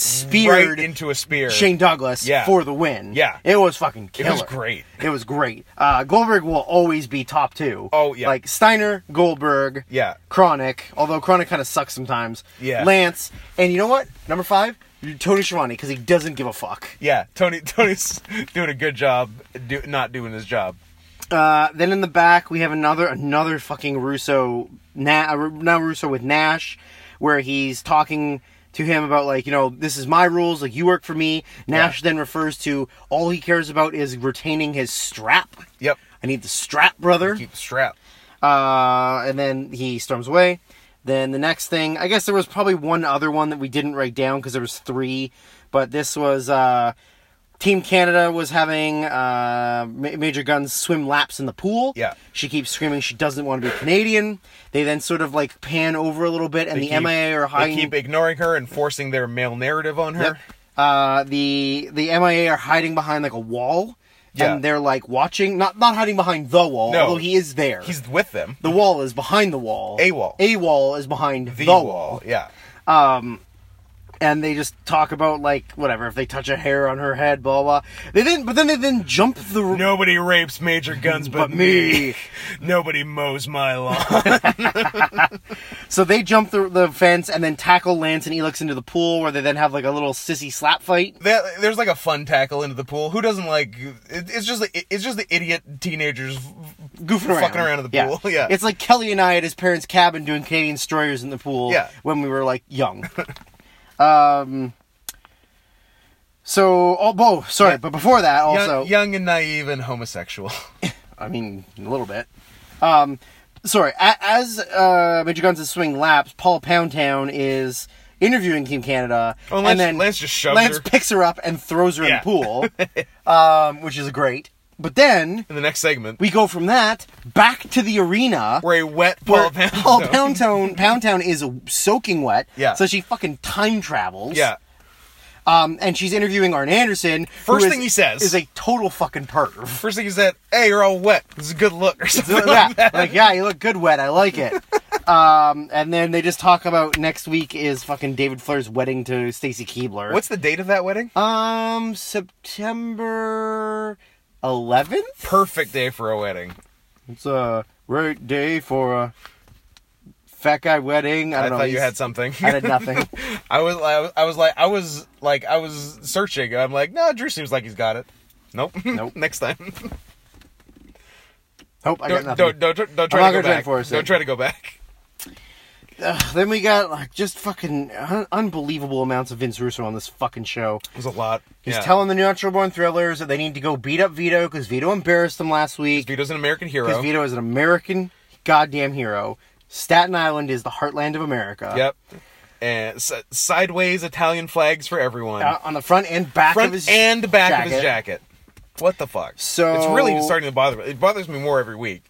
Speaker 2: speared
Speaker 1: right into a spear.
Speaker 2: Shane Douglas
Speaker 1: Yeah.
Speaker 2: for the win.
Speaker 1: Yeah.
Speaker 2: It was fucking
Speaker 1: It
Speaker 2: killer.
Speaker 1: was great.
Speaker 2: It was great. Uh, Goldberg will always be top two.
Speaker 1: Oh, yeah.
Speaker 2: Like Steiner, Goldberg,
Speaker 1: Yeah.
Speaker 2: Chronic, although Chronic kind of sucks sometimes.
Speaker 1: Yeah.
Speaker 2: Lance, and you know what? Number five, Tony Schiavone, because he doesn't give a fuck.
Speaker 1: Yeah, Tony. Tony's doing a good job, do, not doing his job.
Speaker 2: Uh, then in the back we have another another fucking Russo Na- uh, now Russo with Nash, where he's talking to him about like you know this is my rules like you work for me. Nash then refers to all he cares about is retaining his strap.
Speaker 1: Yep.
Speaker 2: I need the strap, brother.
Speaker 1: Keep the strap.
Speaker 2: Uh, and then he storms away. Then the next thing, I guess there was probably one other one that we didn't write down because there was three, but this was uh, Team Canada was having uh, Ma- Major Guns swim laps in the pool.
Speaker 1: Yeah.
Speaker 2: she keeps screaming she doesn't want to be Canadian. They then sort of like pan over a little bit, and the
Speaker 1: Keep-
Speaker 2: MIA are
Speaker 1: They
Speaker 2: hiding.
Speaker 1: keep ignoring her and forcing their male narrative on her.
Speaker 2: Yep. Uh, the the MIA are hiding behind like a wall,
Speaker 1: Yeah.
Speaker 2: and they're like watching, not not hiding behind the wall,
Speaker 1: No.
Speaker 2: although he is there.
Speaker 1: He's with them.
Speaker 2: The wall is behind the wall.
Speaker 1: A wall.
Speaker 2: A wall is behind the,
Speaker 1: The,
Speaker 2: wall.
Speaker 1: wall. Yeah.
Speaker 2: And they just talk about like whatever if they touch a hair on her head, blah blah. They then, but then they then jump the
Speaker 1: Nobody rapes Major Guns but,
Speaker 2: but me.
Speaker 1: Nobody mows my lawn.
Speaker 2: so they jump the, the fence and then tackle Lance and Elix into the pool, where they then have like a little sissy slap fight.
Speaker 1: That- there's like a fun tackle into the pool. Who doesn't like? It, it's just the- it's just the idiot teenagers.
Speaker 2: goofing around.
Speaker 1: Fucking around in the pool, yeah.
Speaker 2: It's like Kelly and I at his parents' cabin doing Canadian destroyers in the pool
Speaker 1: Yeah.
Speaker 2: when we were like young. um so oh, oh sorry, but before that also
Speaker 1: young, young and naive and homosexual.
Speaker 2: I mean, a little bit. Um, sorry. A- as uh, Major Guns is swinging laps, Paul Poundtown is interviewing Team Canada,
Speaker 1: Oh, Lance- Lance just shoves
Speaker 2: Lance
Speaker 1: her.
Speaker 2: picks her up and throws her
Speaker 1: Yeah.
Speaker 2: in the pool, um, which is great. But then
Speaker 1: In the next segment,
Speaker 2: we go from that back to the arena.
Speaker 1: we're a wet Paul
Speaker 2: where
Speaker 1: Pound.
Speaker 2: Paul Poundtown, Poundtown is soaking wet,
Speaker 1: Yeah.
Speaker 2: so she fucking time travels.
Speaker 1: Yeah.
Speaker 2: um, and she's interviewing Arn Anderson. who
Speaker 1: First
Speaker 2: is-
Speaker 1: thing he says.
Speaker 2: is a total fucking perv.
Speaker 1: First thing he said, "Hey, you're all wet. This is a good look." Or something
Speaker 2: Look
Speaker 1: like
Speaker 2: at that. Like, yeah, you look good wet. I like it. um, and then they just talk about next week is fucking David Flair's wedding to Stacy Keebler.
Speaker 1: What's the date of that wedding?
Speaker 2: um September 11th?
Speaker 1: Perfect day for a wedding.
Speaker 2: It's a great day for a fat guy wedding. I
Speaker 1: I,
Speaker 2: don't know.
Speaker 1: thought you
Speaker 2: he's-
Speaker 1: had something.
Speaker 2: I had nothing.
Speaker 1: I was, I was, I was like, I was like, I was searching. I'm like, no, Drew seems like he's got it. Nope.
Speaker 2: Nope.
Speaker 1: Next time.
Speaker 2: Hope I got
Speaker 1: Don't,
Speaker 2: nothing.
Speaker 1: don't, don't, tr- don't try
Speaker 2: not
Speaker 1: to
Speaker 2: gonna
Speaker 1: go
Speaker 2: try
Speaker 1: back.
Speaker 2: and force it.
Speaker 1: Don't try to go back.
Speaker 2: Ugh, then we got like just fucking un- unbelievable amounts of Vince Russo on this fucking show.
Speaker 1: It was a lot.
Speaker 2: He's
Speaker 1: yeah.
Speaker 2: telling the natural born thrillers that they need to go beat up Vito because Vito embarrassed them last week.
Speaker 1: Vito's an American
Speaker 2: Because
Speaker 1: hero.
Speaker 2: Vito is an American goddamn hero. Staten Island is the heartland of America.
Speaker 1: Yep. And s- sideways Italian flags for everyone.
Speaker 2: Uh, on the front and back of
Speaker 1: Front
Speaker 2: his
Speaker 1: and back of his jacket. What the fuck?
Speaker 2: So-
Speaker 1: it's really starting to bother me. It bothers me more every week.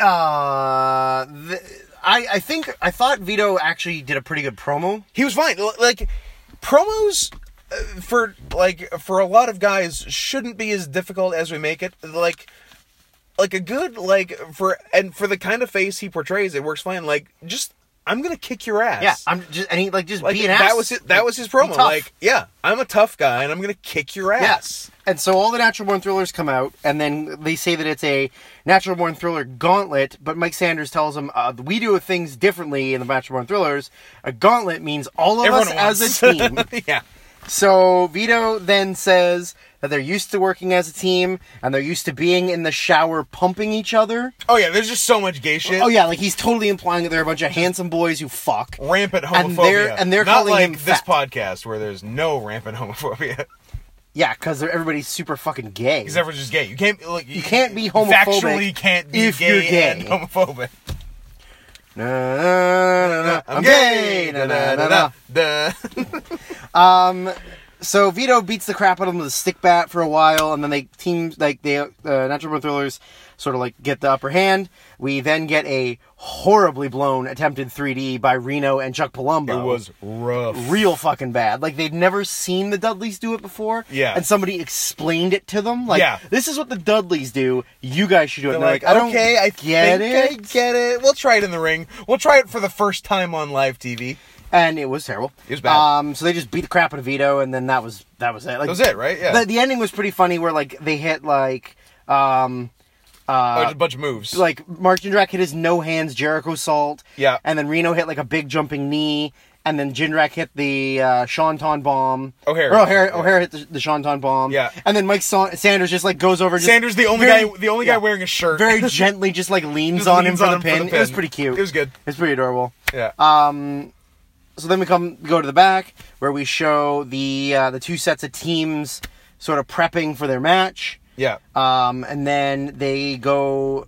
Speaker 2: Uh, th- I I think I thought Vito actually did a pretty good promo.
Speaker 1: he was fine. L- Like promos uh, for like for a lot of guys shouldn't be as difficult as we make it. Like like a good like for and for the kind of face he portrays, it works fine. Like just I'm gonna kick your ass.
Speaker 2: Yeah, I'm just and he like just
Speaker 1: like
Speaker 2: be an
Speaker 1: that
Speaker 2: ass.
Speaker 1: was it. That was his
Speaker 2: Be
Speaker 1: promo.
Speaker 2: tough.
Speaker 1: Like yeah, I'm a tough guy and I'm gonna kick your ass.
Speaker 2: Yes. And so all the natural born thrillers come out, and then they say that it's a natural born thriller gauntlet. But Mike Sanders tells them uh, we do things differently in the natural born thrillers. A gauntlet means all of us
Speaker 1: Everyone
Speaker 2: as a team.
Speaker 1: yeah.
Speaker 2: So Vito then says that they're used to working as a team and they're used to being in the shower pumping each other.
Speaker 1: Oh yeah. There's just so much gay shit.
Speaker 2: Oh yeah, like he's totally implying that they're a bunch of handsome boys who fuck.
Speaker 1: Rampant homophobia.
Speaker 2: And they're- and they're
Speaker 1: not
Speaker 2: calling
Speaker 1: like
Speaker 2: him
Speaker 1: this
Speaker 2: fat.
Speaker 1: podcast where there's no rampant homophobia.
Speaker 2: Yeah, because everybody's super fucking gay.
Speaker 1: Because everyone's just gay. You can't like you
Speaker 2: can't be homophobic
Speaker 1: Factually, can't be
Speaker 2: if
Speaker 1: gay,
Speaker 2: you're gay.
Speaker 1: and homophobic.
Speaker 2: Na, na, na, na, I'm gay. na, na, na, na.
Speaker 1: Duh.
Speaker 2: So Vito beats the crap out of him with a stick bat for a while, and then they team like they uh, natural born thrillers sort of like get the upper hand. We then get a horribly blown attempted 3D by Reno and Chuck Palumbo.
Speaker 1: It was rough.
Speaker 2: real fucking bad. Like they'd never seen the Dudleys do it before.
Speaker 1: Yeah.
Speaker 2: and somebody explained it to them. Like
Speaker 1: Yeah.
Speaker 2: this is what the Dudleys do. You guys should do it. And
Speaker 1: They're
Speaker 2: They're
Speaker 1: like,
Speaker 2: like, I don't
Speaker 1: okay, I
Speaker 2: get
Speaker 1: think
Speaker 2: it.
Speaker 1: I get it. We'll try it in the ring. We'll try it for the first time on live TV.
Speaker 2: and it was terrible.
Speaker 1: It was bad.
Speaker 2: Um, so they just beat the crap out of Vito, and then that was that was it. Like,
Speaker 1: That was it, right? Yeah.
Speaker 2: The, the ending was pretty funny, where like they hit like um
Speaker 1: oh, just a bunch of moves.
Speaker 2: like Mark Jindrak hit his no hands Jericho salt,
Speaker 1: Yeah.
Speaker 2: and then Reno hit like a big jumping knee, and then Jindrak hit the uh, Shanton bomb.
Speaker 1: O'Hara.
Speaker 2: or O'Hara,
Speaker 1: Yeah.
Speaker 2: O'Hara hit the, the Shanton bomb.
Speaker 1: Yeah.
Speaker 2: and then Mike Sa- Sanders just like goes over. Just
Speaker 1: Sanders, the only
Speaker 2: very-
Speaker 1: guy, the only
Speaker 2: yeah.
Speaker 1: guy wearing a shirt.
Speaker 2: very gently just like leans
Speaker 1: Just
Speaker 2: on him
Speaker 1: leans
Speaker 2: for
Speaker 1: on
Speaker 2: the
Speaker 1: him
Speaker 2: pin. It was pretty cute.
Speaker 1: It was good.
Speaker 2: It's pretty adorable.
Speaker 1: Yeah.
Speaker 2: uh, so then we come go to the back where we show the uh, the two sets of teams sort of prepping for their match.
Speaker 1: yeah.
Speaker 2: Um, and then they go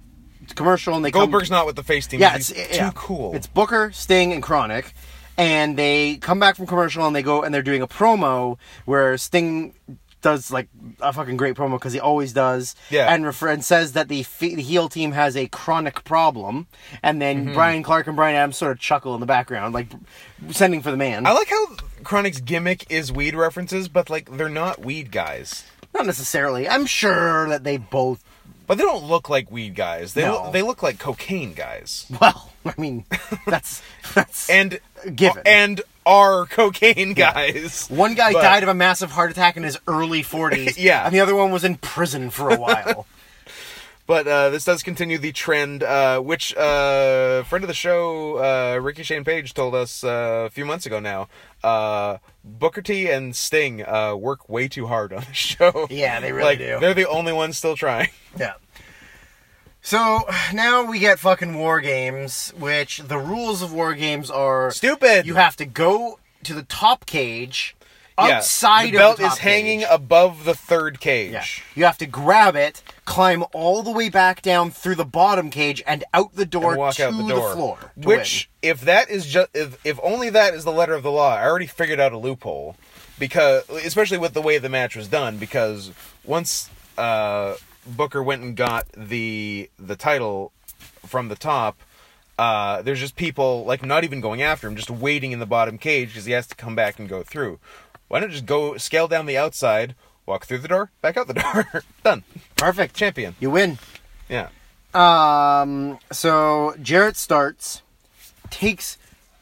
Speaker 2: to commercial and they
Speaker 1: Goldberg's
Speaker 2: come.
Speaker 1: not with the face team.
Speaker 2: yeah, it's
Speaker 1: He's too
Speaker 2: yeah.
Speaker 1: cool.
Speaker 2: It's Booker, Sting, and Chronic. And they come back from commercial and they go and they're doing a promo where Sting does like a fucking great promo because he always does.
Speaker 1: Yeah.
Speaker 2: And, refer- and says that the, fe- the heel team has a chronic problem. And then
Speaker 1: Mm-hmm.
Speaker 2: Brian Clark and Brian Adams sort of chuckle in the background, like sending for the man.
Speaker 1: I like how Chronic's gimmick is weed references, but like they're not weed guys.
Speaker 2: Not necessarily. I'm sure that they both.
Speaker 1: But they don't look like weed guys. They
Speaker 2: No.
Speaker 1: look, they look like cocaine guys.
Speaker 2: Well, I mean, that's that's
Speaker 1: And
Speaker 2: given.
Speaker 1: and are cocaine guys.
Speaker 2: One guy
Speaker 1: But-
Speaker 2: died of a massive heart attack in his early 40s.
Speaker 1: Yeah.
Speaker 2: And the other one was in prison for a while.
Speaker 1: But uh, this does continue the trend, uh, which uh, friend of the show, uh, Ricky Shane Page, told us uh, a few months ago now. Uh, Booker T and Sting uh, work way too hard on the show.
Speaker 2: Yeah, they really
Speaker 1: Like,
Speaker 2: do.
Speaker 1: They're the only ones still trying.
Speaker 2: yeah. So now we get fucking war games, which the rules of war games are
Speaker 1: Stupid.
Speaker 2: You have to go to the top cage
Speaker 1: Yeah.
Speaker 2: outside
Speaker 1: the belt
Speaker 2: of the top
Speaker 1: is hanging
Speaker 2: cage.
Speaker 1: above the third cage.
Speaker 2: Yeah. You have to grab it, climb all the way back down through the bottom cage and out the door
Speaker 1: and walk
Speaker 2: to
Speaker 1: out the door.
Speaker 2: floor. to
Speaker 1: Which, if that is just, if, if only that is the letter of the law, I already figured out a loophole because, especially with the way the match was done, because once uh, Booker went and got the the title from the top. Uh, there's just people like not even going after him, just waiting in the bottom cage because he has to come back and go through. Why not just go scale down the outside, walk through the door, back out the door, done,
Speaker 2: perfect.
Speaker 1: champion.
Speaker 2: You win.
Speaker 1: Yeah,
Speaker 2: Um, so Jarrett starts, takes,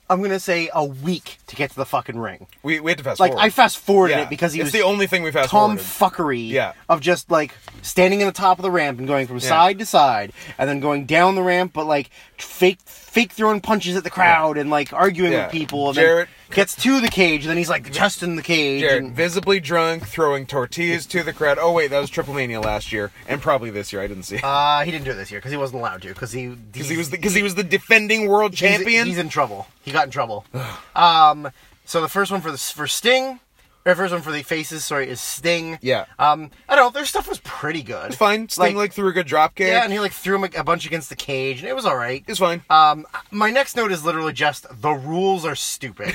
Speaker 2: I'm gonna say a week to get to the fucking ring.
Speaker 1: we we had to fast
Speaker 2: Like
Speaker 1: forward.
Speaker 2: I fast forwarded
Speaker 1: Yeah.
Speaker 2: it because he
Speaker 1: it's
Speaker 2: was
Speaker 1: the only thing we fast
Speaker 2: Tom
Speaker 1: forwarded.
Speaker 2: fuckery
Speaker 1: Yeah.
Speaker 2: of just like standing in the top of the ramp and going from side to side and then going down the ramp, but like fake fake throwing punches at the crowd and like arguing
Speaker 1: Yeah.
Speaker 2: with people. And
Speaker 1: Jarrett-
Speaker 2: then gets to the cage and then he's like just in the cage.
Speaker 1: Jared,
Speaker 2: and-
Speaker 1: visibly drunk, throwing tortillas to the crowd. Oh wait, that was Triple Mania last year, and probably this year. I didn't see it
Speaker 2: uh, he didn't do it this year because he wasn't allowed to because he
Speaker 1: because he was because he was the defending world
Speaker 2: He's-
Speaker 1: champion.
Speaker 2: He's, in trouble. He got in trouble. um, so the first one for the for Sting, or first one for the faces, sorry, is Sting.
Speaker 1: Yeah.
Speaker 2: Um, I don't know. Their stuff was pretty good.
Speaker 1: it's fine. Sting like, threw a good drop kick.
Speaker 2: yeah, and he like threw him a, a bunch against the cage, and it was all right.
Speaker 1: it's fine.
Speaker 2: Um, my next note is literally just the rules are stupid.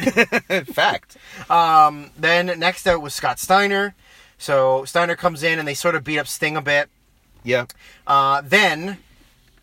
Speaker 1: In fact,
Speaker 2: um, then next out was Scott Steiner. So Steiner comes in and they sort of beat up Sting a bit.
Speaker 1: yeah,
Speaker 2: Uh, then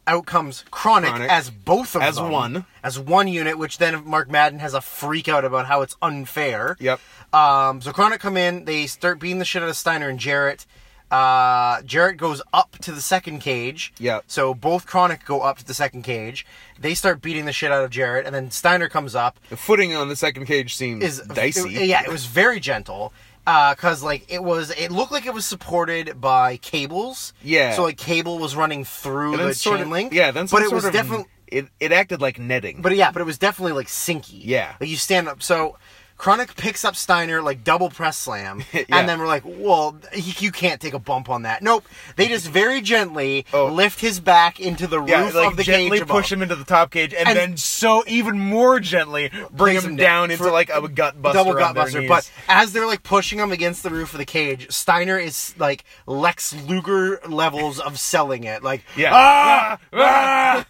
Speaker 2: out comes Chronic,
Speaker 1: Chronic.
Speaker 2: as both of
Speaker 1: As
Speaker 2: them.
Speaker 1: one.
Speaker 2: As one unit, which then Mark Madden has a freak out about how it's unfair.
Speaker 1: Yep.
Speaker 2: Um, so Chronic come in, they start beating the shit out of Steiner and Jarrett. Uh, Jarrett goes up to the second cage.
Speaker 1: Yep.
Speaker 2: So both Chronic go up to the second cage. They start beating the shit out of Jarrett, and then Steiner comes up
Speaker 1: the footing on the second cage seems
Speaker 2: is
Speaker 1: dicey.
Speaker 2: it- yeah, it was very gentle. Uh, cause like it was, it looked like it was supported by cables.
Speaker 1: Yeah.
Speaker 2: So like cable was running through
Speaker 1: And then
Speaker 2: the
Speaker 1: sort
Speaker 2: chain
Speaker 1: of-
Speaker 2: link.
Speaker 1: Yeah, then some
Speaker 2: but it
Speaker 1: sort
Speaker 2: was
Speaker 1: of-
Speaker 2: definitely,
Speaker 1: it, it acted like netting.
Speaker 2: but yeah, but it was definitely like sinky.
Speaker 1: Yeah.
Speaker 2: Like you stand up. So Chronic picks up Steiner like double press slam,
Speaker 1: Yeah.
Speaker 2: and then we're like, well, he, you can't take a bump on that. Nope. They just very gently
Speaker 1: Oh.
Speaker 2: lift his back into the
Speaker 1: yeah,
Speaker 2: roof
Speaker 1: like
Speaker 2: of the
Speaker 1: gently
Speaker 2: cage above.
Speaker 1: push him into the top cage, and,
Speaker 2: And-
Speaker 1: then so even more gently bring
Speaker 2: Place
Speaker 1: him
Speaker 2: him
Speaker 1: down
Speaker 2: down
Speaker 1: into
Speaker 2: for-
Speaker 1: like a gut buster.
Speaker 2: double
Speaker 1: on their
Speaker 2: gutbuster.
Speaker 1: knees.
Speaker 2: But as they're like pushing him against the roof of the cage, Steiner is like Lex Luger levels of selling it. Like, uh,
Speaker 1: yeah, Ah!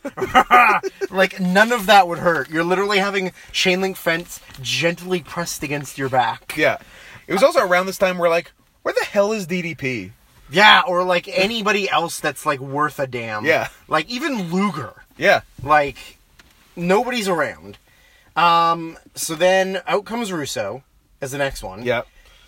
Speaker 1: Ah!
Speaker 2: like none of that would hurt. You're literally having chain link fence gently pressed against your back.
Speaker 1: yeah. It was also around this time where like, where the hell is DDP?
Speaker 2: Yeah, or like anybody else that's like worth a damn.
Speaker 1: Yeah.
Speaker 2: Like even Luger.
Speaker 1: Yeah.
Speaker 2: Like nobody's around. Um so then out comes Russo as the next one.
Speaker 1: Yeah.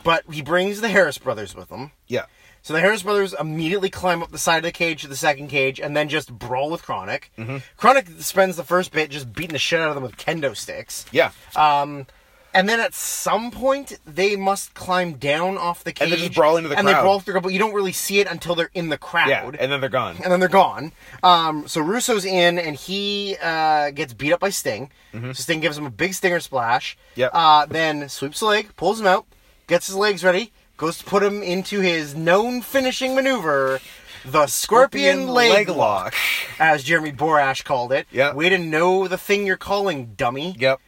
Speaker 2: But he brings the Harris brothers with him.
Speaker 1: Yeah.
Speaker 2: So the Harris brothers immediately climb up the side of the cage to the second cage and then just brawl with Chronic.
Speaker 1: Mm-hmm.
Speaker 2: Chronic spends the first bit just beating the shit out of them with kendo sticks.
Speaker 1: Yeah.
Speaker 2: Um, and then at some point they must climb down off the cage
Speaker 1: And they just brawl into the
Speaker 2: and they
Speaker 1: crowd.
Speaker 2: brawl through, but you don't really see it until they're in the crowd.
Speaker 1: Yeah. And then they're gone.
Speaker 2: and then they're gone. Um, so Russo's in, and he uh, gets beat up by Sting. So Sting gives him a big stinger splash.
Speaker 1: Mm-hmm. Yep.
Speaker 2: Uh, then sweeps the leg, pulls him out, gets his legs ready, goes to put him into his known finishing maneuver, the scorpion, leg, lock, as Jeremy Borash called it.
Speaker 1: Yep.
Speaker 2: Way to know the thing you're calling, dummy.
Speaker 1: Yep.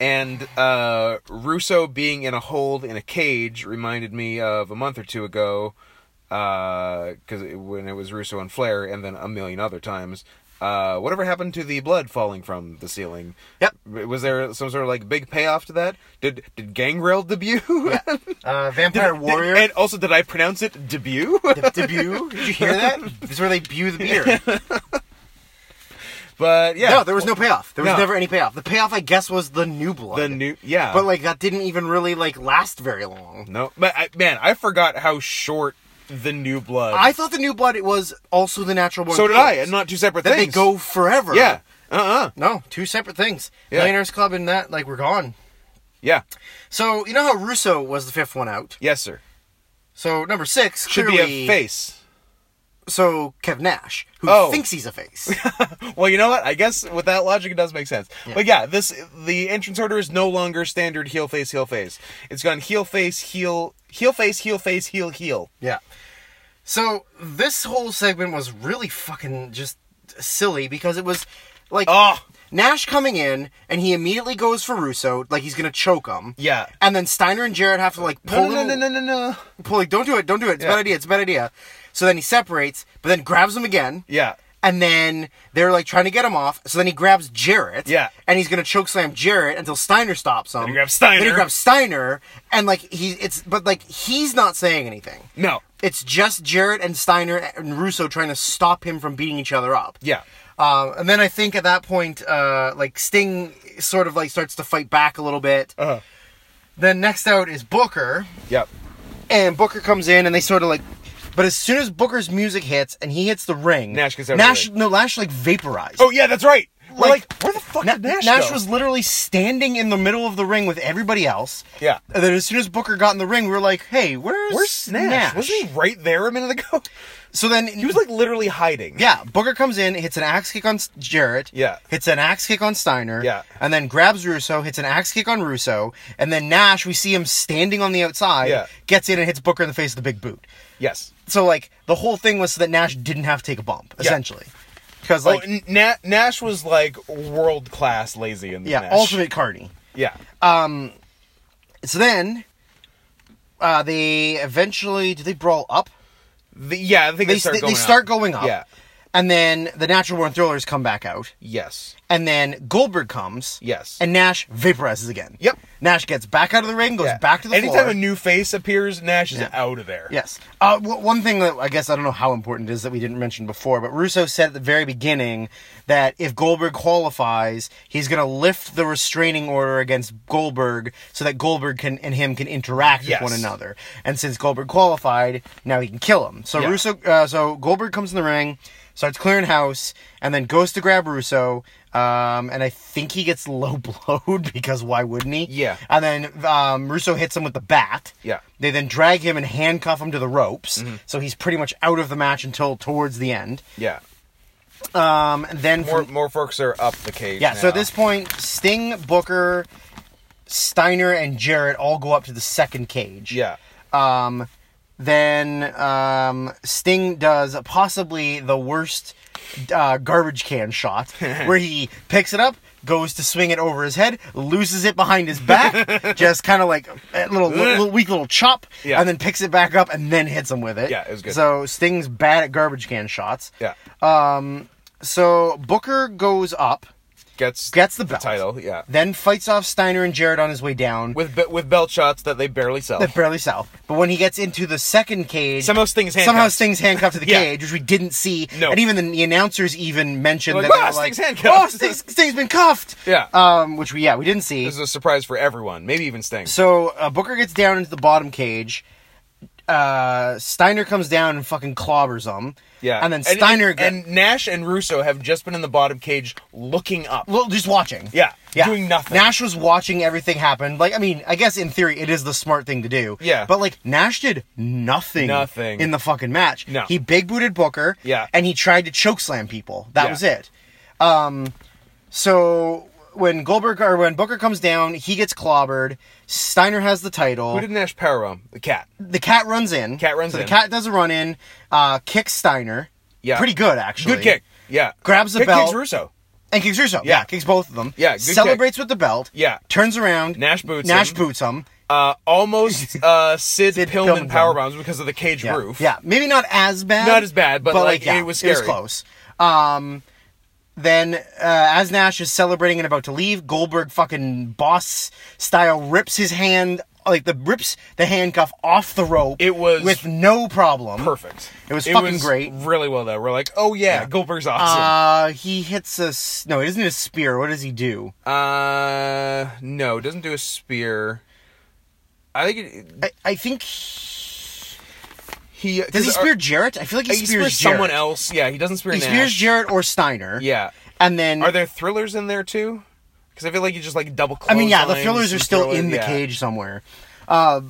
Speaker 1: And uh, Russo being in a hold in a cage reminded me of a month or two ago, because it when it was Russo and Flair, and then a million other times. Uh, whatever happened to the blood falling from the ceiling?
Speaker 2: Yep.
Speaker 1: Was there some sort of like big payoff to that? Did did Gangrel debut?
Speaker 2: Uh, Vampire Warrior.
Speaker 1: and also, did I pronounce it debut?
Speaker 2: debut. Did you hear that? This is where they bew the beer.
Speaker 1: but yeah,
Speaker 2: No, there was no payoff. There was
Speaker 1: No.
Speaker 2: never any payoff. The payoff, I guess, was the new blood.
Speaker 1: the new yeah.
Speaker 2: But like that didn't even really like last very long.
Speaker 1: no, but I, man, I forgot how short the new blood.
Speaker 2: I thought the new blood it was also the natural born.
Speaker 1: so did
Speaker 2: Killers.
Speaker 1: I, and not two separate
Speaker 2: that
Speaker 1: things.
Speaker 2: they go forever.
Speaker 1: Yeah. Uh uh
Speaker 2: No, two separate things.
Speaker 1: Yeah.
Speaker 2: Millionaires Club and that like we're gone.
Speaker 1: Yeah.
Speaker 2: So you know how Russo was the fifth one out.
Speaker 1: Yes, sir.
Speaker 2: So number six
Speaker 1: Should
Speaker 2: clearly,
Speaker 1: be a face.
Speaker 2: So Kev Nash, who
Speaker 1: Oh.
Speaker 2: thinks he's a face.
Speaker 1: Well, you know what? I guess with that logic, it does make sense. But yeah, this the entrance order is no longer standard heel face heel face. It's gone heel face heel heel face heel face heel heel.
Speaker 2: Yeah. So this whole segment was really fucking just silly because it was like
Speaker 1: Oh.
Speaker 2: Nash coming in and he immediately goes for Russo, like he's gonna choke him.
Speaker 1: Yeah.
Speaker 2: And then Steiner and Jarrett have to like pull
Speaker 1: No no
Speaker 2: him,
Speaker 1: no no no no.
Speaker 2: pull like don't do it, don't do it. It's a bad
Speaker 1: Yeah.
Speaker 2: idea. It's a bad idea. So then he separates, but then grabs him again.
Speaker 1: Yeah.
Speaker 2: And then they're like trying to get him off. So then he grabs Jarrett.
Speaker 1: Yeah.
Speaker 2: And he's gonna choke slam Jarrett until Steiner stops him. Then
Speaker 1: he grabs Steiner.
Speaker 2: Then he grabs Steiner, and like he, it's but like he's not saying anything.
Speaker 1: No.
Speaker 2: It's just Jarrett and Steiner and Russo trying to stop him from beating each other up.
Speaker 1: Yeah.
Speaker 2: Um, and then I think at that point, uh, like Sting sort of like starts to fight back a little bit.
Speaker 1: Uh-huh.
Speaker 2: Then next out is Booker,
Speaker 1: Yep.
Speaker 2: and Booker comes in and they sort of like, but as soon as Booker's music hits and he hits the ring,
Speaker 1: Nash gets out of the
Speaker 2: Nash
Speaker 1: ring.
Speaker 2: no Nash like vaporized.
Speaker 1: Oh yeah, that's right. We're
Speaker 2: Like-
Speaker 1: like, where the fuck
Speaker 2: Na-
Speaker 1: did Nash?
Speaker 2: Nash
Speaker 1: go?
Speaker 2: was literally standing in the middle of the ring with everybody else.
Speaker 1: Yeah.
Speaker 2: And then as soon as Booker got in the ring, we were like, "Hey, where's
Speaker 1: Where's Nash? Wasn't he right there a minute ago?
Speaker 2: So then
Speaker 1: He was like literally hiding.
Speaker 2: Yeah, Booker comes in, hits an axe kick on S- Jarrett.
Speaker 1: Yeah.
Speaker 2: Hits an axe kick on Steiner.
Speaker 1: Yeah.
Speaker 2: And then grabs Russo, hits an axe kick on Russo, and then Nash, we see him standing on the outside,
Speaker 1: Yeah.
Speaker 2: gets in and hits Booker in the face with a big boot.
Speaker 1: Yes.
Speaker 2: So like the whole thing was so that Nash didn't have to take a bump, essentially. Because like
Speaker 1: oh, N- Na- Nash was like world class lazy in the
Speaker 2: yeah, Uh,
Speaker 1: Nash.
Speaker 2: ultimate Carney.
Speaker 1: Yeah.
Speaker 2: So then uh, they eventually do they brawl up?
Speaker 1: The- yeah, I think they,
Speaker 2: They,
Speaker 1: start
Speaker 2: they,
Speaker 1: going up.
Speaker 2: start going up.
Speaker 1: Yeah.
Speaker 2: And then the natural born thrillers come back out.
Speaker 1: Yes.
Speaker 2: And then Goldberg comes.
Speaker 1: Yes.
Speaker 2: And Nash vaporizes again.
Speaker 1: Yep.
Speaker 2: Nash gets back out of the ring, goes
Speaker 1: Yeah.
Speaker 2: back to the
Speaker 1: Anytime
Speaker 2: floor.
Speaker 1: a new face appears, Nash is
Speaker 2: Yeah.
Speaker 1: out of there.
Speaker 2: yes. Uh, w- one thing that I guess I don't know how important it is that we didn't mention before, but Russo said at the very beginning that if Goldberg qualifies, he's going to lift the restraining order against Goldberg so that Goldberg can and him can interact
Speaker 1: Yes.
Speaker 2: with one another. And since Goldberg qualified, now he can kill him. So
Speaker 1: Yeah.
Speaker 2: Russo, uh, so Goldberg comes in the ring, starts clearing house, and then goes to grab Russo. Um, and I think he gets low blowed because why wouldn't he?
Speaker 1: Yeah.
Speaker 2: And then um, Russo hits him with the bat.
Speaker 1: Yeah. Mm-hmm.
Speaker 2: They then drag him and handcuff him to the ropes, so he's pretty much out of the match until towards the end.
Speaker 1: Yeah.
Speaker 2: Um, and then
Speaker 1: More
Speaker 2: from,
Speaker 1: more folks are up the cage.
Speaker 2: yeah, so
Speaker 1: now.
Speaker 2: at this point, Sting, Booker, Steiner, and Jarrett all go up to the second cage.
Speaker 1: Yeah.
Speaker 2: Um, then um, Sting does possibly the worst uh, garbage can shot, where he picks it up, goes to swing it over his head, loses it behind his back, just kind of like a little, little weak little chop,
Speaker 1: Yeah.
Speaker 2: and then picks it back up and then hits him with it.
Speaker 1: Yeah, it was good.
Speaker 2: So Sting's Uh, bad at garbage can shots.
Speaker 1: Yeah.
Speaker 2: So Booker goes up,
Speaker 1: gets
Speaker 2: Gets the belt.
Speaker 1: title. Yeah,
Speaker 2: Then fights off Steiner and Jarrett on his way down.
Speaker 1: with be- with belt shots that they barely sell.
Speaker 2: That barely sell. But when he gets into the second cage,
Speaker 1: Somehow Sting's
Speaker 2: somehow
Speaker 1: handcuffed.
Speaker 2: Sting's handcuffed to the
Speaker 1: Yeah.
Speaker 2: cage, which we didn't see.
Speaker 1: No.
Speaker 2: And even the, the announcers even mentioned
Speaker 1: They're
Speaker 2: that
Speaker 1: like, "Wow,
Speaker 2: they were like,
Speaker 1: Sting's handcuffed."
Speaker 2: Oh, Sting, Sting's been cuffed.
Speaker 1: Yeah.
Speaker 2: Um, which we yeah we didn't see.
Speaker 1: this is a surprise for everyone, maybe even Sting.
Speaker 2: So uh, Booker gets down into the bottom cage. Uh, Steiner comes down and fucking clobbers him.
Speaker 1: yeah,
Speaker 2: And then Steiner
Speaker 1: and,
Speaker 2: get-
Speaker 1: and Nash and Russo have just been in the bottom cage looking up.
Speaker 2: Well, just watching.
Speaker 1: Yeah, doing nothing.
Speaker 2: Nash was watching everything happen. Like, I mean, I guess in theory it is the smart thing to do.
Speaker 1: Yeah.
Speaker 2: But like Nash did nothing.
Speaker 1: Nothing.
Speaker 2: in the fucking match.
Speaker 1: No.
Speaker 2: He big booted Booker.
Speaker 1: Yeah.
Speaker 2: And he tried to choke slam people. That
Speaker 1: Yeah.
Speaker 2: was it. Um, so when Goldberg or when Booker comes down, he gets clobbered. Steiner has the title.
Speaker 1: Who did Nash power bomb? The cat.
Speaker 2: the cat runs in.
Speaker 1: Cat runs
Speaker 2: so
Speaker 1: in.
Speaker 2: The cat does a run in. Uh, kicks Steiner.
Speaker 1: Yeah.
Speaker 2: Pretty good actually.
Speaker 1: Good kick. Yeah.
Speaker 2: Grabs the
Speaker 1: Kick
Speaker 2: belt.
Speaker 1: Kicks Russo.
Speaker 2: And kicks Russo.
Speaker 1: Yeah.
Speaker 2: Yeah. kicks both of them.
Speaker 1: Yeah, good
Speaker 2: Celebrates with the belt.
Speaker 1: Yeah.
Speaker 2: Turns around.
Speaker 1: Nash boots
Speaker 2: Nash
Speaker 1: him.
Speaker 2: boots him.
Speaker 1: Uh, almost uh, Sid,
Speaker 2: Sid
Speaker 1: Pillman
Speaker 2: Pillman.
Speaker 1: power bombs because of the cage
Speaker 2: Yeah.
Speaker 1: roof.
Speaker 2: Yeah. Maybe not as bad.
Speaker 1: Not as bad, but, like, it was
Speaker 2: It was
Speaker 1: scary.
Speaker 2: close. Um, then, uh, as Nash is celebrating and about to leave, Goldberg fucking boss style rips his hand, like the rips the handcuff off the rope.
Speaker 1: It was
Speaker 2: with no problem.
Speaker 1: Perfect.
Speaker 2: It was fucking great.
Speaker 1: Really well though. We're like, oh yeah, Goldberg's awesome.
Speaker 2: Uh, he hits a s- no. It isn't a spear. What does he do?
Speaker 1: Uh, no, doesn't do a spear. I think it,
Speaker 2: I, I think he,
Speaker 1: he
Speaker 2: does he
Speaker 1: uh,
Speaker 2: spear Jarrett. I feel like he,
Speaker 1: he
Speaker 2: spears,
Speaker 1: spears
Speaker 2: Jarrett.
Speaker 1: someone else. Yeah, he doesn't spear
Speaker 2: He
Speaker 1: Nash.
Speaker 2: spears Jarrett or Steiner.
Speaker 1: yeah.
Speaker 2: And then
Speaker 1: Are there thrillers in there too? Because I feel like you just like double.
Speaker 2: I mean, yeah, the
Speaker 1: clotheslines
Speaker 2: fillers are
Speaker 1: and
Speaker 2: still
Speaker 1: thrillers,
Speaker 2: in the
Speaker 1: yeah.
Speaker 2: cage somewhere. Uh,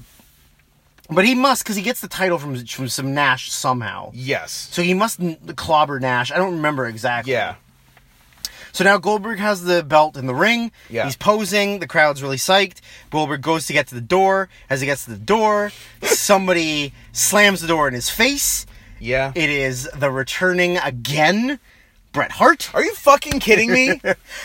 Speaker 2: but he must, because he gets the title from from some Nash somehow.
Speaker 1: Yes.
Speaker 2: So he must n- clobber Nash. I don't remember exactly.
Speaker 1: Yeah.
Speaker 2: So now Goldberg has the belt in the ring.
Speaker 1: Yeah.
Speaker 2: He's posing. The crowd's really psyched. Goldberg goes to get to the door. As he gets to the door, somebody slams the door in his face.
Speaker 1: Yeah.
Speaker 2: It is the returning again, Bret Hart.
Speaker 1: Are you fucking kidding me?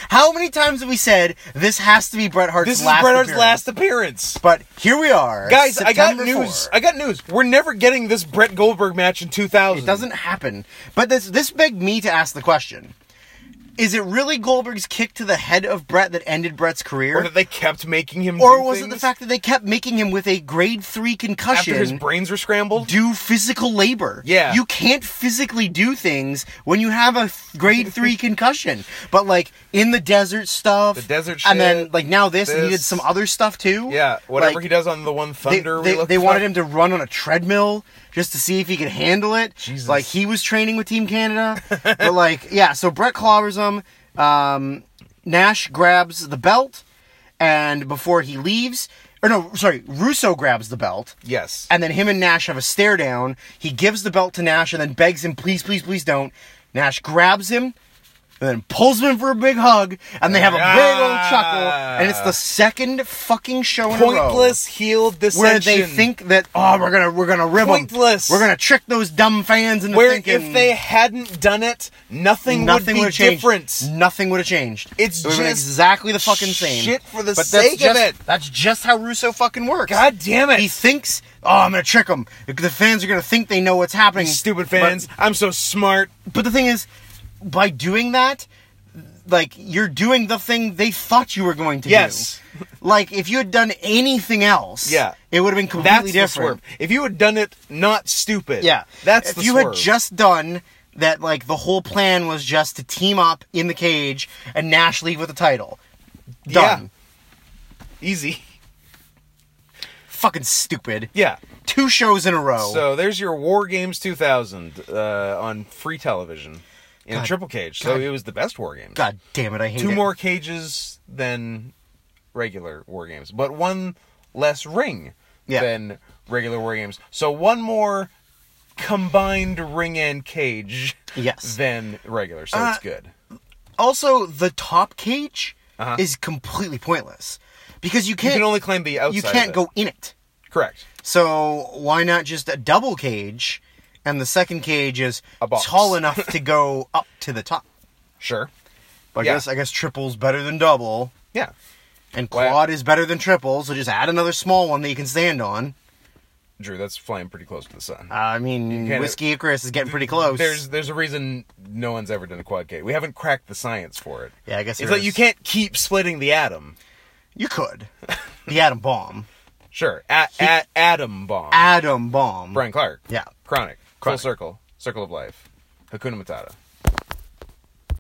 Speaker 2: How many times have we said this has to be Bret Hart's
Speaker 1: this is
Speaker 2: last
Speaker 1: Bret Hart's
Speaker 2: appearance?
Speaker 1: last appearance.
Speaker 2: But here we are,
Speaker 1: Guys, I got
Speaker 2: September
Speaker 1: news.
Speaker 2: 4.
Speaker 1: I got news. We're never getting this Brett Goldberg match in 2000.
Speaker 2: It doesn't happen. But this this begged me to ask the question: Is it really Goldberg's kick to the head of Brett that ended Brett's
Speaker 1: Or
Speaker 2: career,
Speaker 1: that they kept making him.
Speaker 2: or,
Speaker 1: do
Speaker 2: was it the
Speaker 1: things
Speaker 2: fact that they kept making him with a grade three
Speaker 1: after his
Speaker 2: concussion?
Speaker 1: brains were scrambled?
Speaker 2: Do physical labor.
Speaker 1: Yeah.
Speaker 2: You can't physically do things when you have a f- grade three concussion. But like in the desert stuff.
Speaker 1: The desert
Speaker 2: And then
Speaker 1: shit,
Speaker 2: like now this, and he
Speaker 1: this.
Speaker 2: did some other stuff too.
Speaker 1: Yeah, whatever
Speaker 2: Like,
Speaker 1: he does on the one
Speaker 2: they,
Speaker 1: Thunder.
Speaker 2: they,
Speaker 1: we looked
Speaker 2: they
Speaker 1: up.
Speaker 2: wanted him to run on a treadmill just to see if he could handle it.
Speaker 1: Jesus.
Speaker 2: Like he was training with Team Canada. but like, yeah, so Brett clobbers him. Um, Nash grabs the belt, and before he leaves, or no, sorry, Russo grabs the belt.
Speaker 1: Yes.
Speaker 2: And then him and Nash have a stare down. He gives the belt to Nash and then begs him, please, please, please don't. Nash grabs him and then pulls him in for a big hug. And they have a big old chuckle. And it's the second fucking show in a row
Speaker 1: Ah. Pointless heel dissension.
Speaker 2: where they think that oh we're gonna we're gonna rib 'em.
Speaker 1: Pointless.
Speaker 2: We're gonna trick those dumb fans into
Speaker 1: Where
Speaker 2: thinking
Speaker 1: if they hadn't done it, nothing, would
Speaker 2: nothing
Speaker 1: be
Speaker 2: would've changed.
Speaker 1: different.
Speaker 2: Nothing would have changed.
Speaker 1: It's
Speaker 2: It would've been
Speaker 1: just
Speaker 2: exactly the fucking same.
Speaker 1: shit for the
Speaker 2: but
Speaker 1: sake of
Speaker 2: that's just,
Speaker 1: it.
Speaker 2: That's just how Russo fucking works.
Speaker 1: God damn it.
Speaker 2: He thinks, oh, I'm gonna trick them. The fans are gonna think they know what's happening.
Speaker 1: Stupid
Speaker 2: But-
Speaker 1: fans. I'm so smart.
Speaker 2: but the thing is, by doing that, like you're doing the thing they thought you were going to
Speaker 1: Yes.
Speaker 2: do. Like if you had done anything else,
Speaker 1: Yeah.
Speaker 2: it would have been completely
Speaker 1: That's the
Speaker 2: different.
Speaker 1: swerve. If you had done it not stupid.
Speaker 2: Yeah,
Speaker 1: That's
Speaker 2: if
Speaker 1: the
Speaker 2: you
Speaker 1: swerve.
Speaker 2: had just done that. Like the whole plan was just to team up in the cage and Nash leave with the title. Done.
Speaker 1: Easy.
Speaker 2: Fucking stupid.
Speaker 1: Yeah.
Speaker 2: Two shows in a row.
Speaker 1: So there's your War Games 2000 uh, on free television in a triple cage. So it was the best War Games.
Speaker 2: God damn it! I hate
Speaker 1: Two
Speaker 2: it.
Speaker 1: more cages than regular War Games, but one less ring
Speaker 2: Yeah.
Speaker 1: than regular War Games. So one more combined ring and cage
Speaker 2: Yes. Uh,
Speaker 1: than regular. So it's good.
Speaker 2: Also, the top cage is completely pointless because
Speaker 1: Uh-huh.
Speaker 2: you
Speaker 1: You
Speaker 2: can't
Speaker 1: can only claim the outside.
Speaker 2: you
Speaker 1: of
Speaker 2: can't
Speaker 1: it.
Speaker 2: go in it.
Speaker 1: Correct.
Speaker 2: So why not just a double cage, and the second cage is
Speaker 1: A box.
Speaker 2: tall enough to go up to the top.
Speaker 1: Sure.
Speaker 2: But I
Speaker 1: Yeah.
Speaker 2: guess I guess triple's better than double.
Speaker 1: Yeah.
Speaker 2: And
Speaker 1: Well-
Speaker 2: quad is better than triple, so just add another small one that you can stand on.
Speaker 1: Drew. That's flying pretty close to the sun.
Speaker 2: I mean,
Speaker 1: kinda-
Speaker 2: whiskey Icarus is getting pretty close.
Speaker 1: There's there's a reason no one's ever done a quad K. We haven't cracked the science for it.
Speaker 2: yeah, I guess
Speaker 1: It's
Speaker 2: there
Speaker 1: like you
Speaker 2: is.
Speaker 1: can't keep splitting the atom.
Speaker 2: You could. The atom bomb.
Speaker 1: Sure, a- a- atom bomb.
Speaker 2: Atom bomb.
Speaker 1: Brian Clark.
Speaker 2: Yeah.
Speaker 1: Chronic.
Speaker 2: Chronic.
Speaker 1: Full circle. Circle of life. Hakuna Matata.